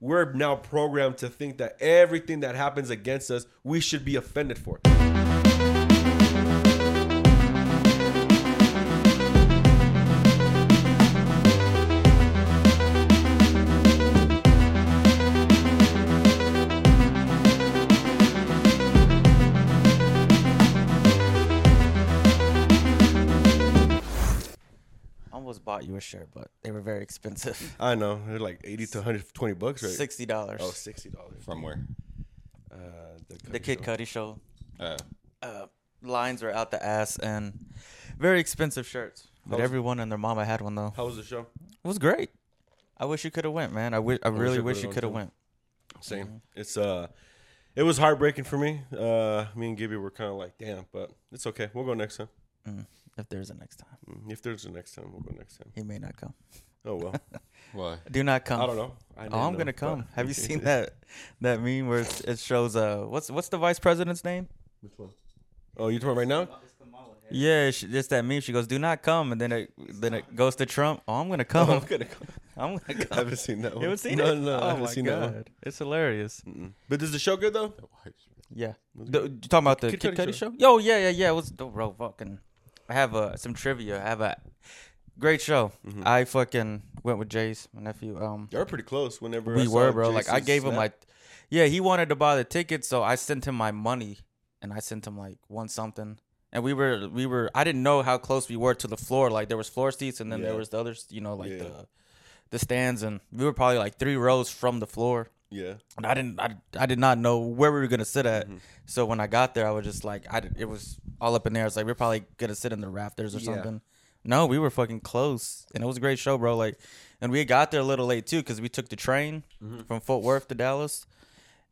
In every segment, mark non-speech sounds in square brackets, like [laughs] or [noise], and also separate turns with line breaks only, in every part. we're now programmed to think that everything that happens against us, we should be offended for.
Almost bought you a shirt, but they were very expensive.
I know they're like eighty to one hundred twenty bucks, right?
[laughs] Sixty dollars.
Oh, sixty dollars.
From where?
Uh, the,
the Kid Cudi show.
Uh,
Uh, lines were out the ass and very expensive shirts. But
How's-
everyone and their mama had one though.
How was the show?
It was great. I wish you could have went, man. I wish. I really
I
wish
could've
you
gone,
could have
too.
went.
Same.
Mm-hmm.
It's uh, it was heartbreaking for me. Uh, me and Gibby were kind of like, damn, but it's okay. We'll go next time.
Mm, if there's a next time,
Mm, If there's a next time, we'll go next time.
he may not come.
Oh well.
[laughs] why?
Do not come.
I don't know. I didn't
Oh, I'm
know,
gonna
but-
come. Have you
[laughs]
seen that that meme where it's, it shows uh what's what's the vice president's name?
Which one? Oh, you talking right now?
Yeah, she, it's that meme. She goes, "Do not come," and then it then it goes to Trump. [laughs] Oh, I'm gonna [laughs] come.
[laughs] I'm gonna come.
I'm gonna
I
come.
haven't seen that one.
You haven't seen
no,
it?
No, no,
oh
I haven't
my
seen
god,
that one.
it's hilarious.
Mm-mm. But is the show good though?
Yeah,
Was it
The- you talking about the
Kid
Kid,
Cudi
Cudi
show.
show? Yo, yeah, yeah, yeah. It was dope, bro. Fucking, I have uh, some trivia. I have a great show. I fucking went with Jace, my nephew. Um,
Y'all were pretty close. Whenever I
we
saw
were, bro. Like I
Jason's
gave him
snap.
like, yeah, he wanted to buy the ticket, so I sent him my money, and I sent him like one something. And we were, we were. I didn't know how close we were to the floor. Like there was floor seats, and then there
Yeah.
was the others, you know, like
Yeah.
the the stands, and we were probably like three rows from the floor.
yeah.
And I didn't, I, I did not know where we were gonna sit
Mm-hmm.
at. So when I got there, I was just like, I did- it was all up in there. It's like we're probably gonna sit in the rafters or
Yeah.
something. No, we were fucking close, and it was a great show, bro. Like, and we got there a little late too because we took the train
Mm-hmm.
from Fort Worth to Dallas,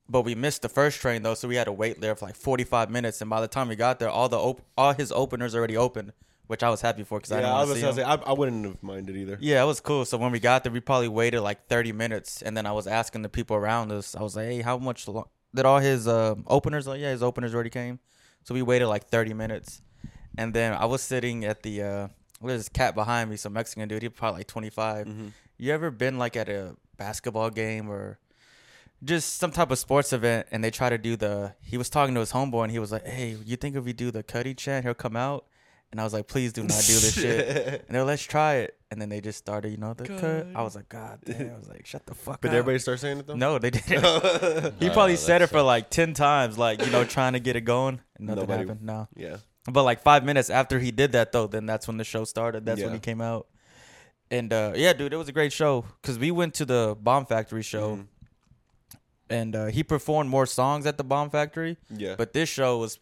but we missed the first train though, so we had to wait there for like forty five minutes. And by the time we got there, all the op- all his openers already opened, which I was happy for because I didn't
Yeah, I
want
was
to see
gonna
him.
say I, I wouldn't have minded either.
Yeah, it was cool. So when we got there, we probably waited like 30 minutes, and then I was asking the people around us. I was like, "Hey, how much lo- did all his um, openers? Like, yeah, his openers already came." So we waited like 30 minutes, and then I was sitting at the uh, there's this cat behind me, some Mexican dude. He probably like 25. You ever been like at a basketball game or just some type of sports event, and they try to do the? He was talking to his homeboy, and he was like, "Hey, you think if we do the Cuddy chant, he'll come out?" And I was like, "Please do not do this shit." and they're let's try it and then they just started you know the cut i was like god damn i was like shut the fuck
Did
up
everybody start saying it though?
no they didn't [laughs] he probably said it for like 10 times like you know trying to get it going and nothing
Nobody-
happened no
[laughs] Yeah.
but like five minutes after he did that though then that's when the show started that's
Yeah.
when he came out and uh yeah dude it was a great show because we went to the bomb factory show
Mm-hmm.
and uh he performed more songs at the bomb factory
Yeah.
but this show was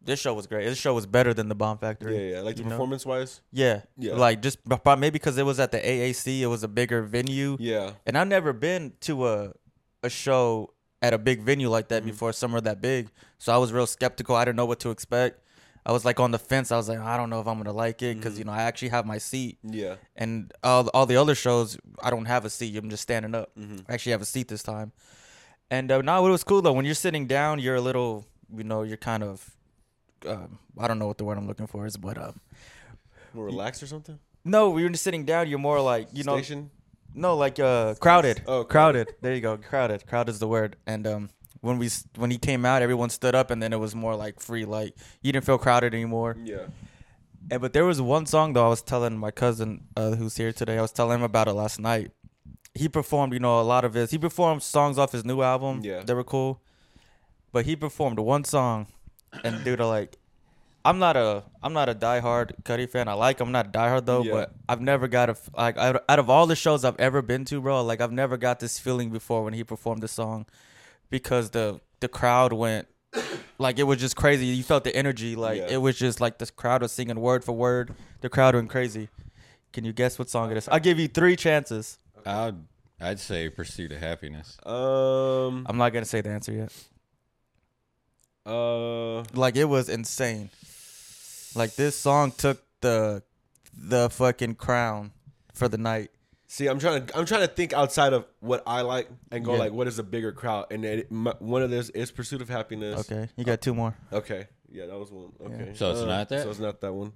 this show was great this show was better than the bomb
yeah,
factory
yeah. Like the
you know?
performance wise.
yeah.
Yeah.
Like just b- prob- maybe because it was at the AAC, it was a bigger venue.
Yeah.
And I've never been to a a show at a big venue like that
Mm-hmm.
before, somewhere that big. So I was real skeptical. I didn't know what to expect. I was like on the fence. I was like, I don't know if I'm gonna like it
Mm-hmm.
because you know I actually have my seat,
Yeah.
and all all the other shows I don't have a seat. I'm just standing up.
Mm-hmm.
I actually have a seat this time. And uh, no, it was cool though. When you're sitting down, you're a little, you know, you're kind of, um, I don't know what the word I'm looking for is, but um,
More relaxed or something?
no, when you're sitting down, you're more like you know,
Station?
no, like uh, crowded.
Oh, crowded.
crowded. There you go, crowded. Crowded is the word. And um, when we s- when he came out, everyone stood up, and then it was more like free. Like you didn't feel crowded anymore.
Yeah.
And but there was one song though. I was telling my cousin uh, who's here today. I was telling him about it last night. He performed, you know, a lot of his. He performed songs off his new album.
Yeah.
they were cool. But he performed one song, and dude, I like, I'm not a I'm not a diehard Cuddy fan. I like him. I'm not a diehard though,
Yeah.
but I've never got a f- like out out of all the shows I've ever been to, bro. Like I've never got this feeling before when he performed the song, because the the crowd went like it was just crazy. You felt the energy. Like
Yeah.
it was just like the crowd was singing word for word. The crowd went crazy. Can you guess what song it is? I'll give you three chances.
I'd I'd say pursuit of happiness.
Um.
I'm not gonna say the answer yet.
Uh.
Like it was insane. Like this song took the the fucking crown for the night.
See, I'm trying to I'm trying to think outside of what I like and go
Yeah.
like, what is a bigger crowd? And it, my, one of those is Pursuit of Happiness.
Okay, you got two more.
Okay. Yeah, that was one. Okay. Uh,
So it's not that?
So it's not that one.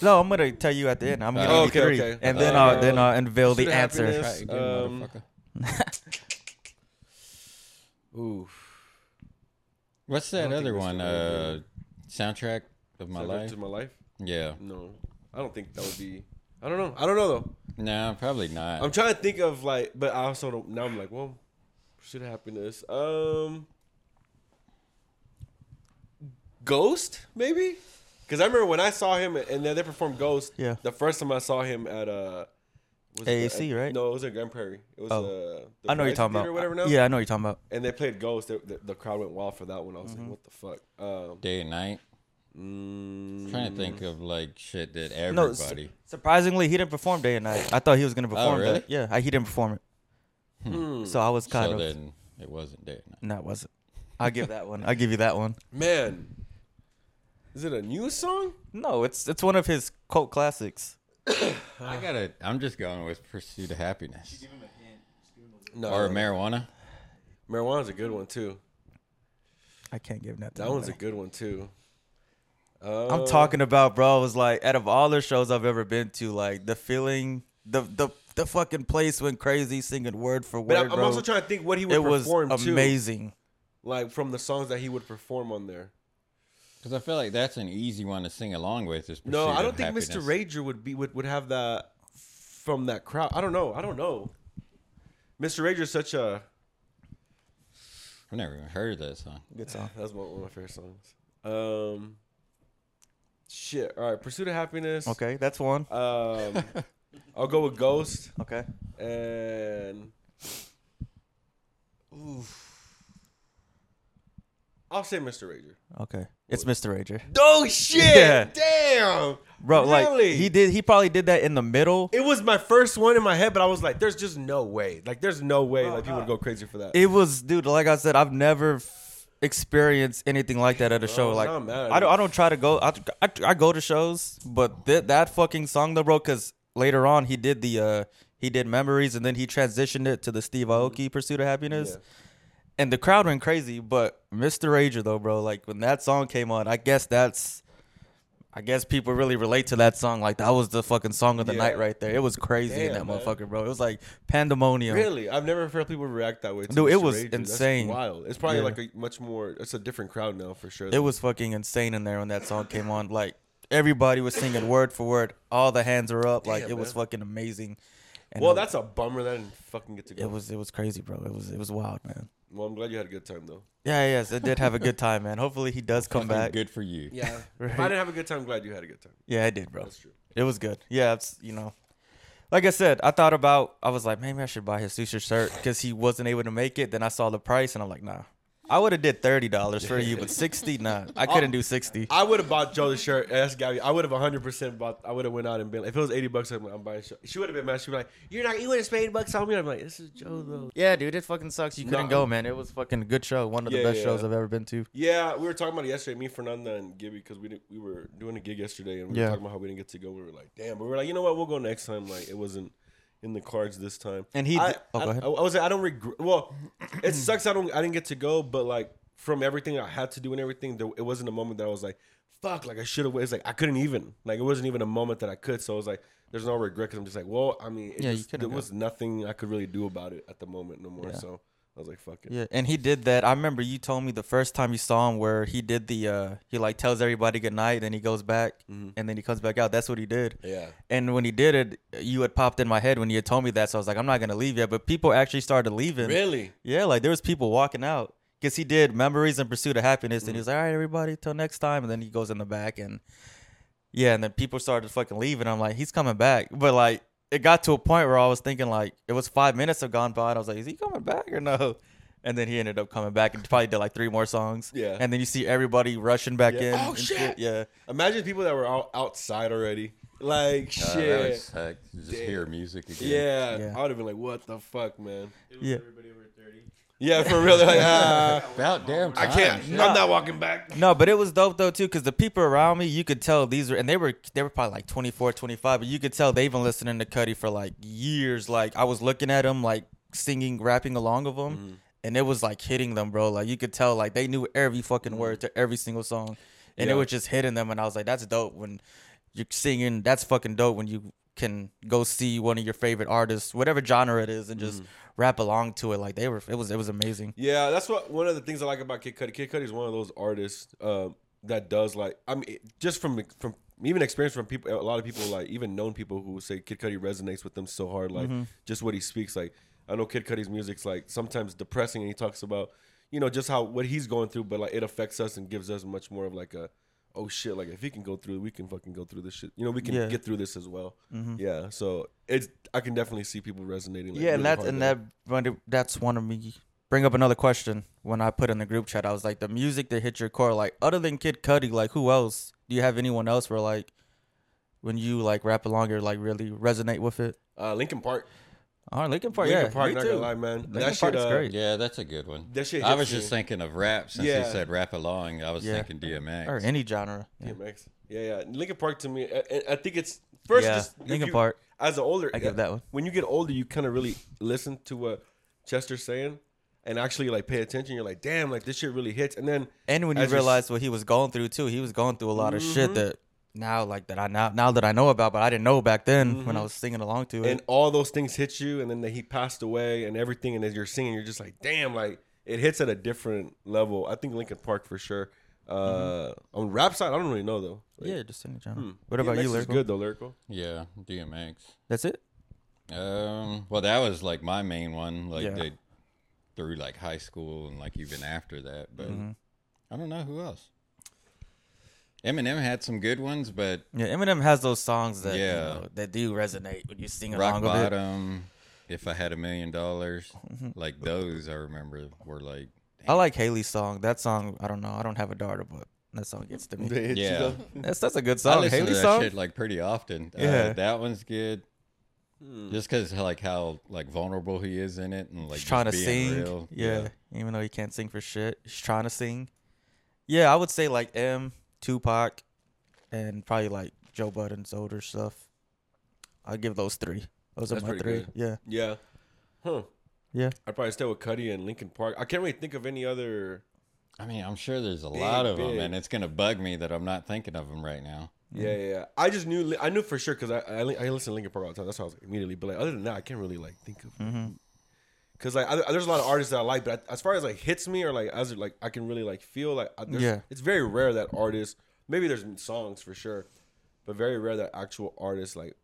No, I'm gonna tell you at the end. I'm gonna
Oh,
give you
okay,
three,
okay.
and then
Uh,
I'll then I'll unveil
Pursuit
the
of
answer.
Happiness.
Try it again,
Um,
motherfucker.
Ooh,
What's that
don't think
other
we're
one?
still
Uh, soundtrack of my
Soundtrack
life.
to mm-hmm. my life?
yeah.
No, I don't think that would be. I don't know. I don't know though.
No, probably not.
I'm trying to think of like, but I also don't. Now I'm like, well, should happiness. Um, Ghost maybe, because I remember when I saw him and then they performed Ghost.
Yeah.
The first time I saw him at uh. was it
AAC,
the-
right?
No, it was at Grand Prairie. It was
Oh.
uh, the
I know what you're
Verizon
talking
Theater
about.
or whatever now.
Yeah, I know what you're talking about.
And they played Ghost. The, the, the crowd went wild for that one. I was
Mm-hmm.
like, what the fuck? Um,
Day and night.
mm,
trying to think of like shit that
No, su-
everybody. Oh,
surprisingly, he didn't perform day and night. I thought he was gonna perform.
really?
that. Yeah, I, he didn't perform it.
hmm.
So I was kind
so
of
then it wasn't day and night.
no, it wasn't. I give that one. I give you that one.
Man, is it a new song?
No, it's it's one of his cult classics.
[sighs]
I gotta. I'm just going with Pursuit of Happiness
No,
or Marijuana.
marijuana's a good one too.
I can't give that. to
That one's a
nobody.
good one too.
I'm
Uh,
talking about, bro. Was like out of all the shows I've ever been to, like the feeling, the the the fucking place went crazy singing word for
But
word,
I'm, I'm
bro.
also trying to think what he would
it was
perform too,
amazing.
like from the songs that he would perform on there.
Because I feel like that's an easy one to sing along with. Is Pursuit
No, I
of
don't think
happiness.
Mr. Rager would be would, would have that from that crowd. I don't know. I don't know. Mr. Rager's such a
I've never even heard of that song.
Good song.
[sighs] that's one one of my favorite songs. Um, shit. All right, Pursuit of Happiness.
Okay, that's one. [laughs]
Um, I'll go with Ghost.
Okay,
And I'll say Mr. Rager.
okay. It's Mr. Rager,
Oh shit!
Yeah.
Damn,
bro.
Really?
Like he did. He probably did that in the middle.
It was my first one in my head, but I was like, "There's just no way. Like, there's no way. Like, people would go crazy for that."
It was, dude. Like I said, I've never f- experienced anything like that at a show.
it's
Like
not mad.
I don't, I don't try to go. I, I, I go to shows, but th- that fucking song though, bro. Because later on, he did the uh, he did memories, and then he transitioned it to the Steve Aoki Pursuit of Happiness,
Mm-hmm. Yeah.
and the crowd went crazy. But Mr. Rager though, bro, like when that song came on, I guess that's. I guess people really relate to that song. Like that was the fucking song of the
Yeah.
night right there. It was crazy in that
Damn, man.
motherfucker, bro. It was like pandemonium.
Really, I've never heard people react that way. To
Dude, it
Mr.
was
Rager. That's
insane.
wild. It's probably
Yeah.
like a much more. It's a different crowd now for sure.
It was fucking insane in there when that song came on. Like everybody was singing word for word. All the hands were up. Like
Damn,
it was
man.
fucking amazing. And
well,
it-
that's a bummer that I didn't fucking get to go.
it was it was crazy, bro. It was it was wild, man.
well, I'm glad you had a good time though.
Yeah, yes, I did have a good time, man. Hopefully he does come
Fucking
back.
Good for you.
Yeah, if
Right.
I didn't have a good time, I'm glad you had a good time.
Yeah, I did, bro.
That's true.
It was good. Yeah, it's, you know, like I said, I thought about. I was like, maybe I should buy his sushi shirt because he wasn't able to make it. Then I saw the price and I'm like, nah. I would have did thirty dollars for you, but sixty, nah. I couldn't do sixty.
I would have bought Joe the shirt. That's Gabby. I would have 100 percent bought. I would have went out and been. If it was 80 bucks, I'm, I'm buying. a Shirt. She would have been mad. She'd be like, "You're not. You wouldn't spend 80 bucks on me." I'm like, "This is Joe though."
Yeah, dude, it fucking sucks. You couldn't
Nah.
go, man. It was fucking a good show. One of the
Yeah,
best
yeah.
shows I've ever been to.
Yeah, we were talking about it yesterday. Me, Fernanda, and Gibby, because we did, we were doing a gig yesterday, and we
Yeah.
were talking about how we didn't get to go. We were like, "Damn," but we were like, "You know what? We'll go next time." Like, it wasn't in the cards this time.
And he
I,
did- oh,
I,
go ahead.
I, I was like, I don't regret. Well, it sucks. I don't. I didn't get to go, but like from everything I had to do and everything, there, it wasn't a moment that I was like, "Fuck!" Like I should have. It's like I couldn't even. Like it wasn't even a moment that I could. So I was like, "There's no regret." Because I'm just like, well, I mean, it
Yeah, you
just,
couldn't
there
go.
was nothing I could really do about it at the moment no more.
Yeah.
So I was like, "Fuck it."
Yeah, and he did that. I remember you told me the first time you saw him where he did the uh he like tells everybody good night, then he goes back and then he comes back out. That's what he did.
Yeah.
And when he did it, you had popped in my head when you had told me that, so I was like, I'm not gonna leave yet. But people actually started leaving.
Really?
Yeah, like there was people walking out because he did memories and pursuit of happiness,
Mm-hmm.
and he was like, "All right, everybody, till next time." And then he goes in the back, and yeah, and then people started fucking leaving. I'm like, he's coming back, but like it got to a point where I was thinking like it was five minutes have gone by, and I was like, is he coming back or no? And then he ended up coming back and probably did like three more songs.
Yeah.
and then you see everybody rushing back
Yeah.
in.
Oh,
and
shit.
Yeah,
Imagine people that were out outside already. Like
Uh, that
shit.
would suck. Just hear music again.
yeah.
Yeah.
I would have been like, "What the fuck, man?"
It was
Yeah.
everybody over 30.
Yeah, for real.
[laughs]
They're like, ah,
About damn
I
time.
can't.
shit.
I'm not walking back.
No, but it was dope though too, because the people around me, you could tell these were, and they were, they were probably like 24, 25, but you could tell they've been listening to Cuddy for like years. Like I was looking at them, like singing, rapping along with them,
Mm-hmm.
and it was like hitting them, bro. Like you could tell, like they knew every fucking word to every single song, and it
Mm-hmm. Yeah.
was just hitting them. And I was like, that's dope when you're singing. That's fucking dope when you can go see one of your favorite artists, whatever genre it is, and just
Mm-hmm.
rap along to it. Like they were, it was it was amazing.
Yeah, that's what one of the things I like about Kid Cudi. Kid Cudi is one of those artists uh, that does like I mean, it- just from from even experience from people, a lot of people like even known people who say Kid Cudi resonates with them so hard. Like
Mm-hmm.
just what he speaks. Like I know Kid Cudi's music's like sometimes depressing, and he talks about you know just how what he's going through, but like it affects us and gives us much more of like a oh shit, like if he can go through, it, we can fucking go through this shit. You know, we can
Yeah. Mm-hmm.
get through this as well. Yeah, so it's I can definitely see people resonating. Like,
yeah, and
really
that's
hard
and
there.
that run- that's one of me. Bring up another question when I put in the group chat. I was like, the music that hit your core, like other than Kid Cudi, like who else? Do you have anyone else where like when you like rap along, or like really resonate with it?
uh, Lincoln Park.
All right, Oh, Linkin Park,
Linkin
yeah,
Park,
me
not
too.
gonna lie, man.
Linkin
That shit,
Park is
uh,
great.
Yeah, that's a good one.
That shit
I
hits
was
me.
just thinking of rap since
Yeah.
you said rap along. I was
Yeah.
thinking DMX.
Or any genre. Yeah.
DMX. Yeah, yeah. Lincoln Park to me, I, I- I think it's first.
Yeah,
just if
Linkin
you-
Park.
As an older,
I give that one.
When you get older, you kind of really listen to what Chester's saying and actually like pay attention. You're like, damn, like this shit really hits. And then
And when you
as you're s-
realize what he was going through too, he was going through a lot of
Mm-hmm.
shit that now like that I now now that I know about, but I didn't know back then when I was singing along to it.
Mm-hmm. and all those things hit you, and then that he passed away and everything, and as you're singing, you're just like, damn, like it hits at a different level. I think Lincoln Park for sure. Uh, on rap side, I don't really know though. Like,
Mm-hmm. yeah, just any genre. What about
DMX Hmm.
you,
is
lyrical?
Good though, lyrical. [laughs]
Yeah, DMX.
That's it.
Um, well, that was like my main one. Like
Yeah.
they through like high school and like even after that. But
Mm-hmm.
I don't know who else. Eminem had some good ones, but
Yeah, Eminem has those songs that
Yeah.
you know, that do resonate when you sing
Rock
along with it.
Bottom, If I Had a Million Dollars,
Mm-hmm.
like those I remember were like,
I like Haley's song. That song, I don't know. I don't have a daughter, but that song gets
[laughs]
to me.
They hit you,
[laughs]
Yeah.
though.
That's that's a good
I
song.
listen to
Haley's
that
song.
shit like pretty often.
Yeah.
Uh, that one's good.
Hmm.
Mm. Just because like how like vulnerable he is in it and like
He's trying to
just being
sing.
real.
Yeah, even though he can't sing for shit, he's trying to sing. Yeah, I would say like M, Tupac, and probably like Joe Budden's older stuff. I'll give those three. Those
That's
are my
pretty
three.
good.
Yeah,
Yeah. Huh.
yeah.
I'd probably stay with Cuddy and Lincoln Park. I can't really think of any other.
I mean, I'm sure there's a lot of them,
big.
and it's gonna bug me that I'm not thinking of them right now.
Yeah, yeah, yeah. I just knew. I knew for sure because I, I li- I listen to Lincoln Park all the time. That's why I was like, immediately. But like other than that, I can't really like think of. Cause like I, there's a lot of artists that I like, but as far as like hits me or like as like I can really like feel like I- there's-
Yeah.
it's very rare that artists. Maybe there's songs for sure, but very rare that actual artists like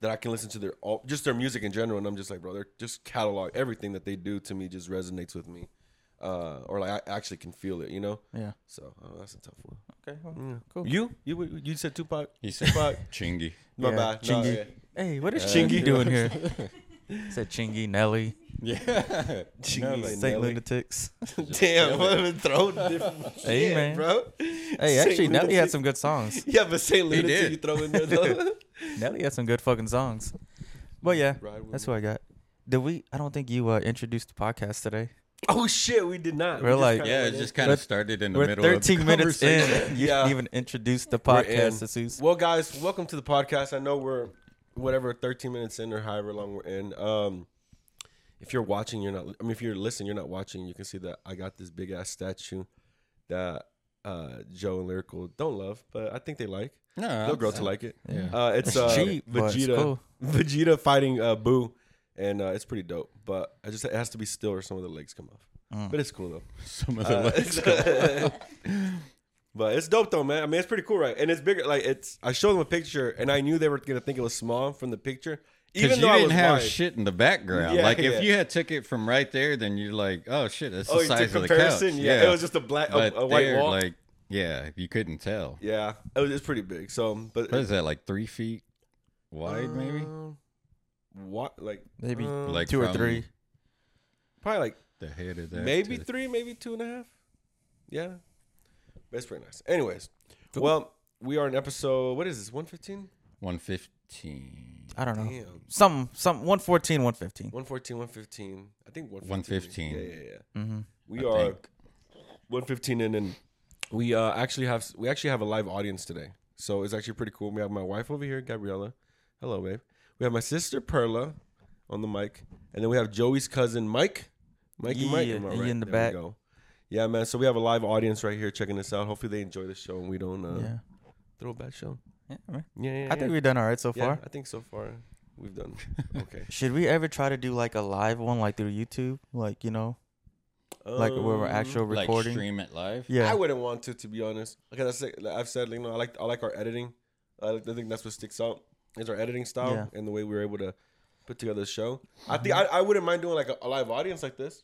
that I can listen to their all just their music in general, and I'm just like, bro, they're just catalog everything that they do to me just resonates with me, uh, or like I actually can feel it, you know.
Yeah.
So oh, that's a tough one.
Okay. well, Cool.
You you you said Tupac.
He said
Fuck.
[laughs] Chingy.
My
Yeah,
bad. No,
Chingy.
yeah.
Hey, Uh, what is Chingy doing here? [laughs] Said Chingy, Nelly,
[laughs] Yeah.
Chingy
Saint
Nelly. [laughs]
Lunatics.
Damn, what a throw different
[laughs] Hey,
shit,
man.
bro.
Hey,
Saint
actually, Nelly had
Lunatic.
some good songs.
Yeah, but Saint Lunatic
did.
you throw in there
[laughs]
though.
Nelly had some good fucking songs. But yeah,
Ride with
that's who I got. Did we? I don't think you uh, introduced the podcast today.
oh shit, we did not. We
We're
just
like-
kinda
Yeah, it
went
just
in.
kind of started in the
We're
middle.
13
[laughs] of the
minutes in.
conversation.
[laughs] You
Yeah.
didn't even introduce the
We're
podcast,
in.
Jesus.
Well, guys, welcome to the podcast. I know we're whatever 13 minutes in or however long we're in. Um, if you're watching, you're not. I mean, if you're listening, you're not watching. You can see that I got this big ass statue that uh, Joe and Lyrical don't love, but I think they like.
No,
They'll
I'm-
grow to like it.
Yeah.
Uh, it's
It's
uh,
cheap, but it's
Vegeta,
cool.
Vegeta fighting uh, Boo, and uh, it's pretty dope. But I just it has to be still, or some of the legs come off.
Mm.
But it's cool though.
Some of the
Uh, [laughs]
legs go-
But it's dope though, man. I mean, it's pretty cool, right? And it's bigger. Like it's, I showed them a picture, and I knew they were gonna think it was small from the picture,
Because
even
you
though I
didn't
was
have
wide.
shit in the background.
Yeah,
like if
yeah.
you had took it from right there, then you're like, oh shit, that's the
Oh, it's a
size of the couch.
comparison. yeah. it was just a black,
but
a, a white
there,
wall.
like yeah, you couldn't tell.
yeah, it was, it's pretty big. So, but
What is that? Like three feet wide, maybe.
Um, what? Like
Maybe
uh,
Like
two or
from
three.
probably like
The head of that.
maybe
to-
three, maybe two and a half. Yeah, that's pretty nice. Anyways, well, we are in episode. What is this? One fifteen.
115.
I don't know.
Damn.
Some, some 114, 115.
114, 115. I think 115.
115.
Yeah, yeah, yeah.
Mm-hmm.
We
I
are
think.
115 in, and we uh, actually have we actually have a live audience today. So it's actually pretty cool. We have my wife over here, Gabriella. Hello, babe. We have my sister Perla on the mic, and then we have Joey's cousin Mike. Mikey, Mike,
Yeah,
am I
he
right?
in the
There we
back.
go. Yeah, man. So we have a live audience right here checking this out. Hopefully they enjoy the show and we don't uh,
Yeah.
throw a bad show.
Yeah, man.
Yeah, yeah,
I think
yeah.
we've done all right so
Yeah,
far.
I think so far we've
[laughs]
done okay.
Should we ever try to do like a live one, like through YouTube, like you know, like where we're
Um,
actual
Like
recording?
stream it live.
yeah,
I wouldn't want to, to be honest. Like I said, like I've said, like, you know, I like I like our editing. I, like- I think that's what sticks out is our editing style
Yeah. Mm-hmm.
and the way we were able to put together the show. I think I, I wouldn't mind doing like a, a live audience like this,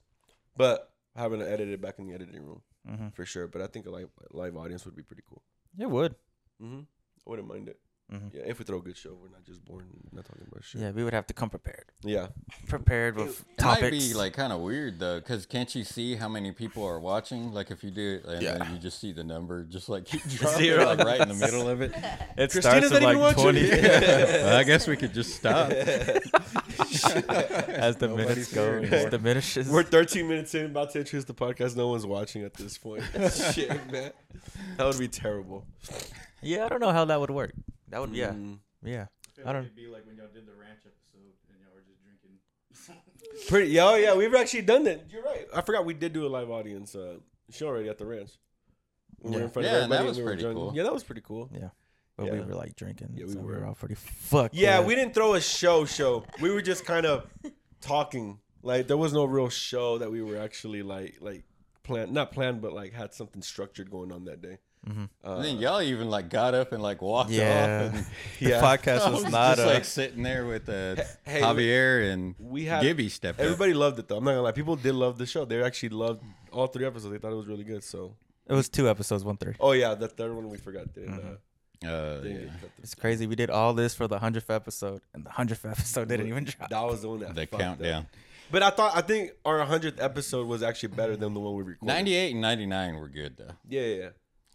but having to edit it back in the editing room
Mhm.
for sure. But I think a live live audience would be pretty cool.
it would.
Mm-hmm. I wouldn't mind it.
Mhm.
Yeah, if we throw a good show, we're not just born not talking about shit.
Yeah, we would have to come prepared,
Yeah,
prepared with
It might
topics.
be like kind of weird though, because can't you see how many people are watching? Like if you do it and then you just see the number, just like keep dropping,
Zero.
like right in the middle of it.
it
Christina's not even watching. [laughs]
[laughs] Well, I guess we could just [laughs] stop.
[laughs] as the minutes go,
here
as the diminishes.
we're 13 minutes in, about to introduce the podcast. No one's watching at this point. shit, man, that would be terrible.
[laughs] yeah, I don't know how that would work. That would, yeah,
Mm.
yeah.
feel
I
like
don't-
It'd be like when y'all did the ranch episode and y'all were just drinking.
Pretty, yeah, oh yeah, we've actually done that. You're right. I forgot we did do a live audience uh, show already at the ranch. We were
Yeah.
in front
Yeah,
of
and that
everybody.
was
we were
pretty
drunk.
cool.
Yeah, that was pretty cool.
But we
Yeah.
were like drinking.
Yeah, we
so
were.
all pretty fucked.
Yeah,
up.
we didn't throw a show show. We were just kind of talking. Like there was no real show that we were actually like like planned, not planned, but like had something structured going on that day.
And then y'all even like got up and like walked
Yeah.
off. And
[laughs] The
Yeah.
podcast
[laughs]
[laughs]
I was
was not
just
a.
like sitting there with uh,
Hey,
Javier and
we had-
Gibby stepped
Everybody loved it though. I'm not gonna lie. People did love the show. They actually loved all three episodes. They thought it was really good. So,
it was two episodes, one three.
oh yeah, the third one we forgot didn't, uh,
up. Uh,
didn't
yeah.
get cut.
It's crazy. We did all this for the hundredth episode, and the hundredth episode didn't even drop.
That was the one that
The
fucked up.
countdown.
But I thought I think our 100th episode was actually better than the one we recorded.
98 and 99 were good though.
Yeah, yeah.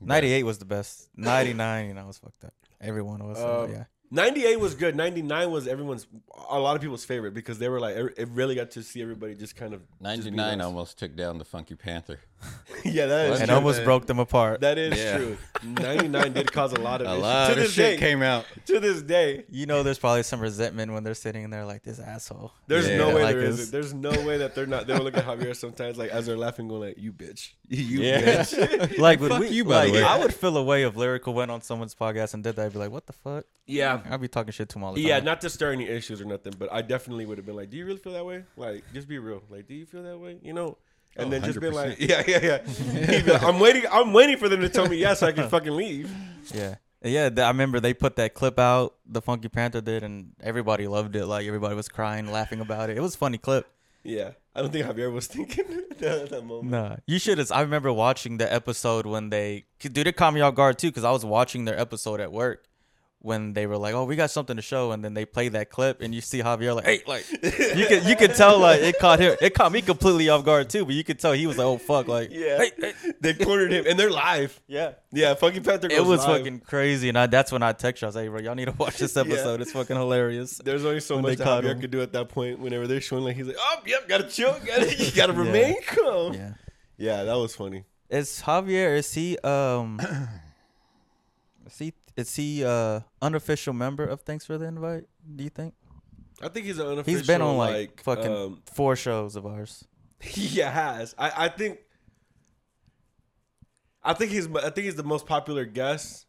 Ninety-eight was the best. Ninety-nine, you know, was fucked up. Every one of us.
yeah.
uh,
Um,
yeah.
98 was good. 99 was everyone's a lot of people's favorite because they were like it it really got to see everybody just kind of just be
99
nice.
almost took down the Funky Panther.
[laughs] yeah, that is
And
And
true.
almost
that-
broke them apart.
that is
Yeah.
true. 99 did cause a lot of
A
issues.
lot
to
of
this
shit
day.
came out.
to this day.
you know, there's probably some resentment when they're sitting there like this asshole.
There's
Yeah.
no way
Like
there
this.
isn't. There's no way that they're not. They will look at Javier sometimes, like as they're laughing, going like, "You bitch, [laughs] you
Yeah.
bitch."
[laughs] Like, would
Fuck
we,
you, by the
like,
way.
I would feel a way if Lyrical went on someone's podcast and did that. I'd be like, what the fuck?
yeah,
I'd be talking shit to him all the
Yeah,
time.
not to stir any issues or nothing, but I definitely would have been like, "Do you really feel that way? Like, just be real. Like, do you feel that way? You know?" And
Oh,
then just be like,
100%.
"Yeah, yeah, yeah." [laughs] He'd be like, I'm waiting. I'm waiting for them to tell me yes, so I can fucking leave.
Yeah. Yeah, th- I remember they put that clip out, the Funky Panther did, and everybody loved it. Like, everybody was crying, laughing about it. It was a funny clip.
Yeah, I don't think Javier was [laughs] thinking at that, that moment.
Nah, you should. Have, I remember watching the episode when they, dude, it caught me off guard too, because I was watching their episode at work when they were like, "Oh, we got something to show," and then they play that clip, and you see Javier like, "Hey, like," you could you could tell like it caught him, it caught me completely off guard too, but you could tell he was like, "Oh fuck,"
[laughs]
like,
Yeah, they cornered him, and they're live.
yeah.
Yeah, fucking Panther.
It
goes
was
live.
fucking crazy, and I, that's when I text you. I was like, "Bro, y'all need to
[laughs]
watch this episode. It's fucking hilarious."
There's only so
when
much
they
that
caught
Javier
him.
could do at that point. Whenever they're showing, like he's like, "Oh, yep, gotta chill, gotta,
[laughs]
you gotta remain calm." [laughs] Yeah.
Yeah,
that was funny.
is Javier? Is he
[clears throat]
um? Is he, is he uh unofficial member of Thanks for the Invite? Do you think?
I think he's an unofficial.
He's been on like, fucking
um, [laughs]
four shows of ours.
He has. I, I think. I think he's. I think he's the most popular guest.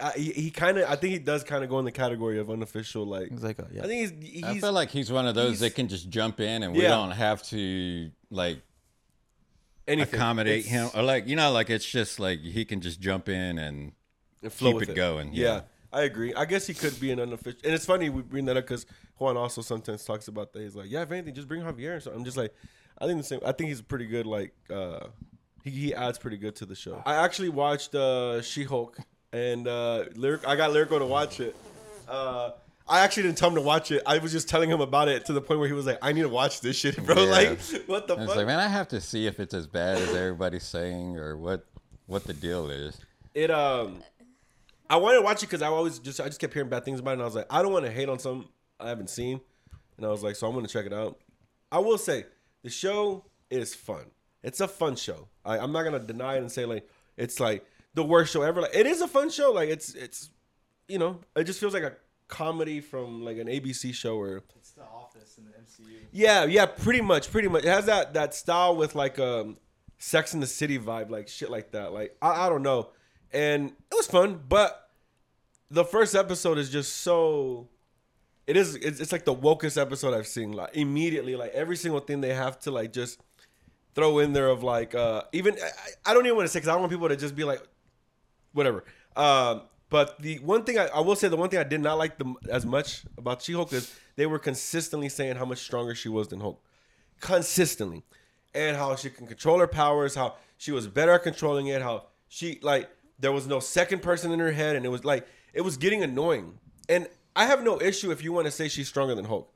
I, he he kind of. I think he does kind of go in the category of unofficial. Like,
He's like, uh, yeah.
I think he's.
I
he's
feel like he's one of
he's-
those that can just jump in and we
Yeah.
don't have to like
anything.
accommodate
It's-
him or like you know like it's just like he can just jump in and
and flow
keep
with
it going, yeah.
I agree. I guess he could be an unofficial. And it's funny we bring that up because Juan also sometimes talks about that. He's like, yeah, if anything, just bring Javier. So I'm just like, I think the same. I think he's pretty good. Like, uh, he, he adds pretty good to the show. I actually watched uh, She Hulk and uh, lyric. I got lyrical to watch it. Uh, I actually didn't tell him to watch it. I was just telling him about it to the point where he was like, I need to watch this shit, bro. [laughs]
Yeah.
Like, what the
and
fuck?
it's like man I have to see if it's as bad as everybody's saying or what what the deal is.
it um I wanted to watch it because I always just I just kept hearing bad things about it and I was like, I don't want to hate on something I haven't seen. And I was like, so I'm gonna check it out. I will say the show is fun. It's a fun show. I, I'm not gonna deny it and say like it's like the worst show ever. Like it is a fun show. Like it's it's you know, it just feels like a comedy from like an ABC show or
It's the office in the MCU.
yeah, yeah, pretty much, pretty much. It has that that style with like um Sex in the City vibe, like shit like that. Like I, I don't know. And it was fun, but the first episode is just so it is it's, it's like the wokest episode i've seen like immediately like every single thing they have to like just throw in there of like uh even i, I don't even want to say because i don't want people to just be like whatever um but the one thing I, I will say the one thing i did not like the, as much about she-hulk is they were consistently saying how much stronger she was than hulk consistently and how she can control her powers how she was better at controlling it how she like there was no second person in her head and it was like it was getting annoying and i have no issue if you want to say she's stronger than hulk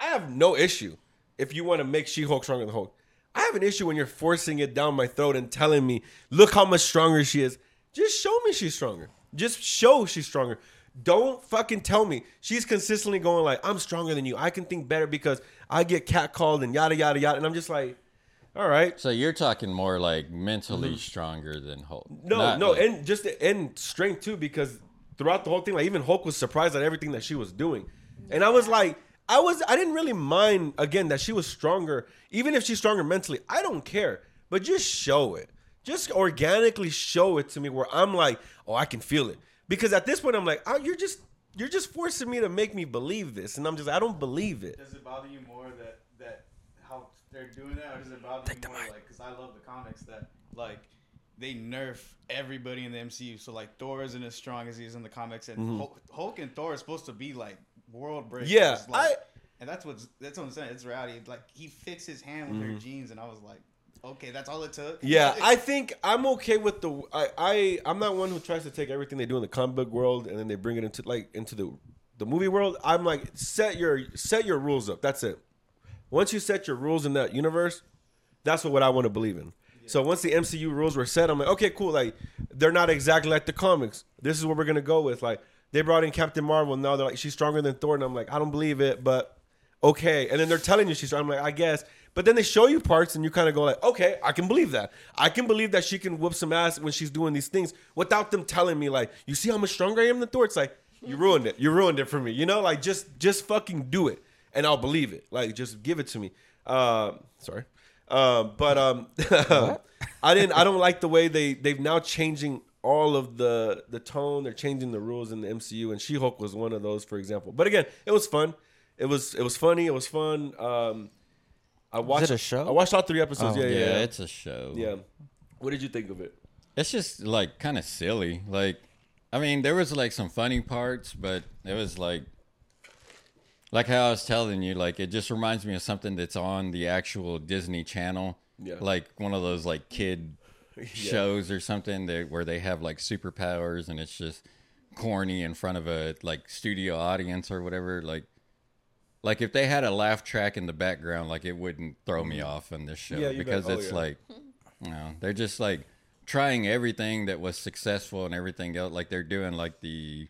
i have no issue if you want to make she-hulk stronger than hulk i have an issue when you're forcing it down my throat and telling me look how much stronger she is just show me she's stronger just show she's stronger don't fucking tell me she's consistently going like i'm stronger than you i can think better because i get catcalled and yada yada yada and i'm just like all right
So you're talking more like mentally stronger than Hulk.
Mm-hmm. No,
Not
no,
like-
and just and strength too, because throughout the whole thing, like even Hulk was surprised at everything that she was doing, and I was like, I was, I didn't really mind again that she was stronger, even if she's stronger mentally, I don't care, but just show it, just organically show it to me where I'm like, oh, I can feel it, because at this point I'm like, oh, you're just, you're just forcing me to make me believe this, and I'm just, I don't believe it.
Does it bother you more that that how they're doing that, or does it bother you more like because I love the comics that like they nerf everybody in the MCU. So like Thor isn't as strong as he is in the comics, and
Mm-hmm.
Hulk, Hulk and Thor are supposed to be like world breakers.
Yeah,
like,
I-
and that's what's that's what I'm saying. It's reality. Like he fixed his hand with her jeans, and I was like, okay, that's all it took.
Mm-hmm. Yeah, I think I'm okay with the I, I I'm not one who tries to take everything they do in the comic book world and then they bring it into like into the the movie world. I'm like set your set your rules up. That's it. Once you set your rules in that universe, that's what, what I want to believe in. So once the MCU rules were set, I'm like, okay, cool. Like they're not exactly like the comics. This is what we're gonna go with. Like they brought in Captain Marvel. Now they're like she's stronger than Thor, and I'm like, I don't believe it, but okay. And then they're telling you she's. strong. I'm like, I guess. But then they show you parts, and you kind of go like, okay, I can believe that. I can believe that she can whoop some ass when she's doing these things without them telling me like, you see how much stronger I am than Thor. It's like you ruined it. You ruined it for me. You know, like just just fucking do it, and I'll believe it. Like just give it to me. Uh, sorry. Um, but um, [laughs] I didn't. I don't like the way they they've now changing all of the the tone. They're changing the rules in the MCU, and She Hulk was one of those, for example. But again, it was fun. It was it was funny. It was fun. Um, I watched
a show?
I watched all three episodes. yeah, yeah,
yeah,
yeah.
it's a show.
yeah. What did you think of it?
It's just like kind of silly. Like, I mean, there was like some funny parts, but it was like, like how I was telling you, like it just reminds me of something that's on the actual Disney Channel,
Yeah.
like one of those like kid shows or something that where they have like superpowers and it's just corny in front of a like studio audience or whatever. Like, like if they had a laugh track in the background, like it wouldn't throw me off on this show
Yeah, you bet.
because
Oh,
it's
yeah.
like. No, they're just like trying everything that was successful and everything else. Like they're doing like the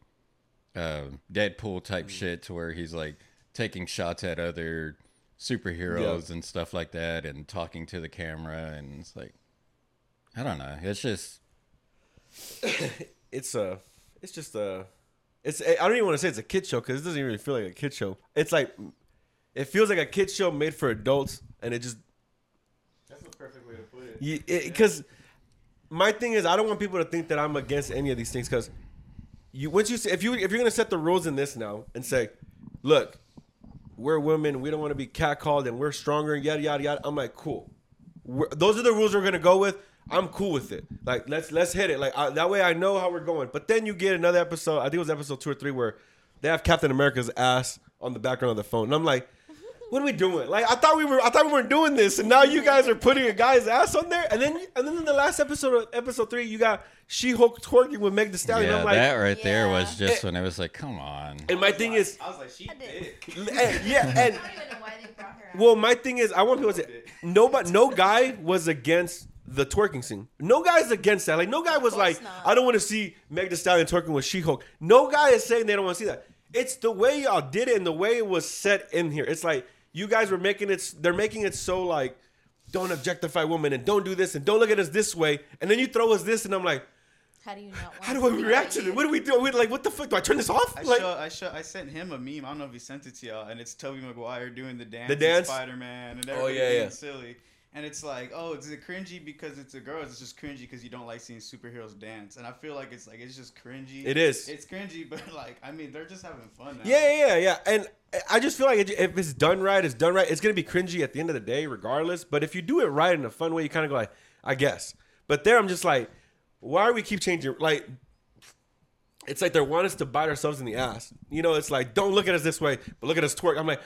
uh, Deadpool type
Mm.
shit to where he's like taking shots at other superheroes and stuff like that and talking to the camera. And it's like, I don't know. It's just,
It's a. It's just a. It's. I don't even want to say it's a kid show because it doesn't even really feel like a kid show. It's like. It feels like a kid show made for adults, and it just
[laughs] that's the perfect way to put it.
because my thing is I don't want people to think that I'm against any of these things because you once you say, if you if you're gonna set the rules in this now and say, look, we're women, we don't want to be catcalled, and we're stronger, and yada yada yada. I'm like, cool. We're, those are the rules we're gonna go with. I'm cool with it. Like let's let's hit it. Like I, that way I know how we're going. But then you get another episode. I think it was episode two or three where they have Captain America's ass on the background of the phone, and I'm like. [laughs] What are we doing? Like I thought we were, I thought we weren't doing this, and now you guys are putting a guy's ass on there, and then and then in the last episode, of episode three, you got She-Hulk twerking with Meg Thee Stallion.
yeah,
I'm like,
that right there
Yeah.
was just when it was like, come on.
and my thing is,
I was like, she did.
[laughs] and- yeah, and
I don't even know why they brought her out.
Well, my thing is, I want people to say nobody, no guy was against the twerking scene. No guy's against that. Like no guy was
course
like,
not.
I don't want to see Meg Thee Stallion twerking with She-Hulk. No guy is saying they don't want to see that. It's the way y'all did it and the way it was set in here. It's like you guys were making it. They're making it so like, don't objectify women and don't do this and don't look at us this way. And then you throw us this, and I'm like,
how do you not? Want
how do I react to this? What do we do? We like, what the fuck? Do I turn this off?
I,
Like,
show, I, show, I sent him a meme. I don't know if he sent it to y'all, and it's Toby Maguire doing the dance,
The dance?
Spider Man, and
Oh,
everything
yeah, yeah.
silly. and it's like, oh, is it cringy because it's a girl? It's just cringy because you don't like seeing superheroes dance. And I feel like it's like it's just cringy.
It is.
It's cringy, [laughs] but like I mean, they're just having fun. Now.
Yeah, yeah, yeah, yeah. And I just feel like it- if it's done right, it's done right. It's gonna be cringy at the end of the day, regardless. But if you do it right in a fun way, you kind of go like, I guess. But there, I'm just like, why do we keep changing? Like, it's like they want us to bite ourselves in the ass. You know, it's like don't look at us this way, but look at us twerk. I'm like,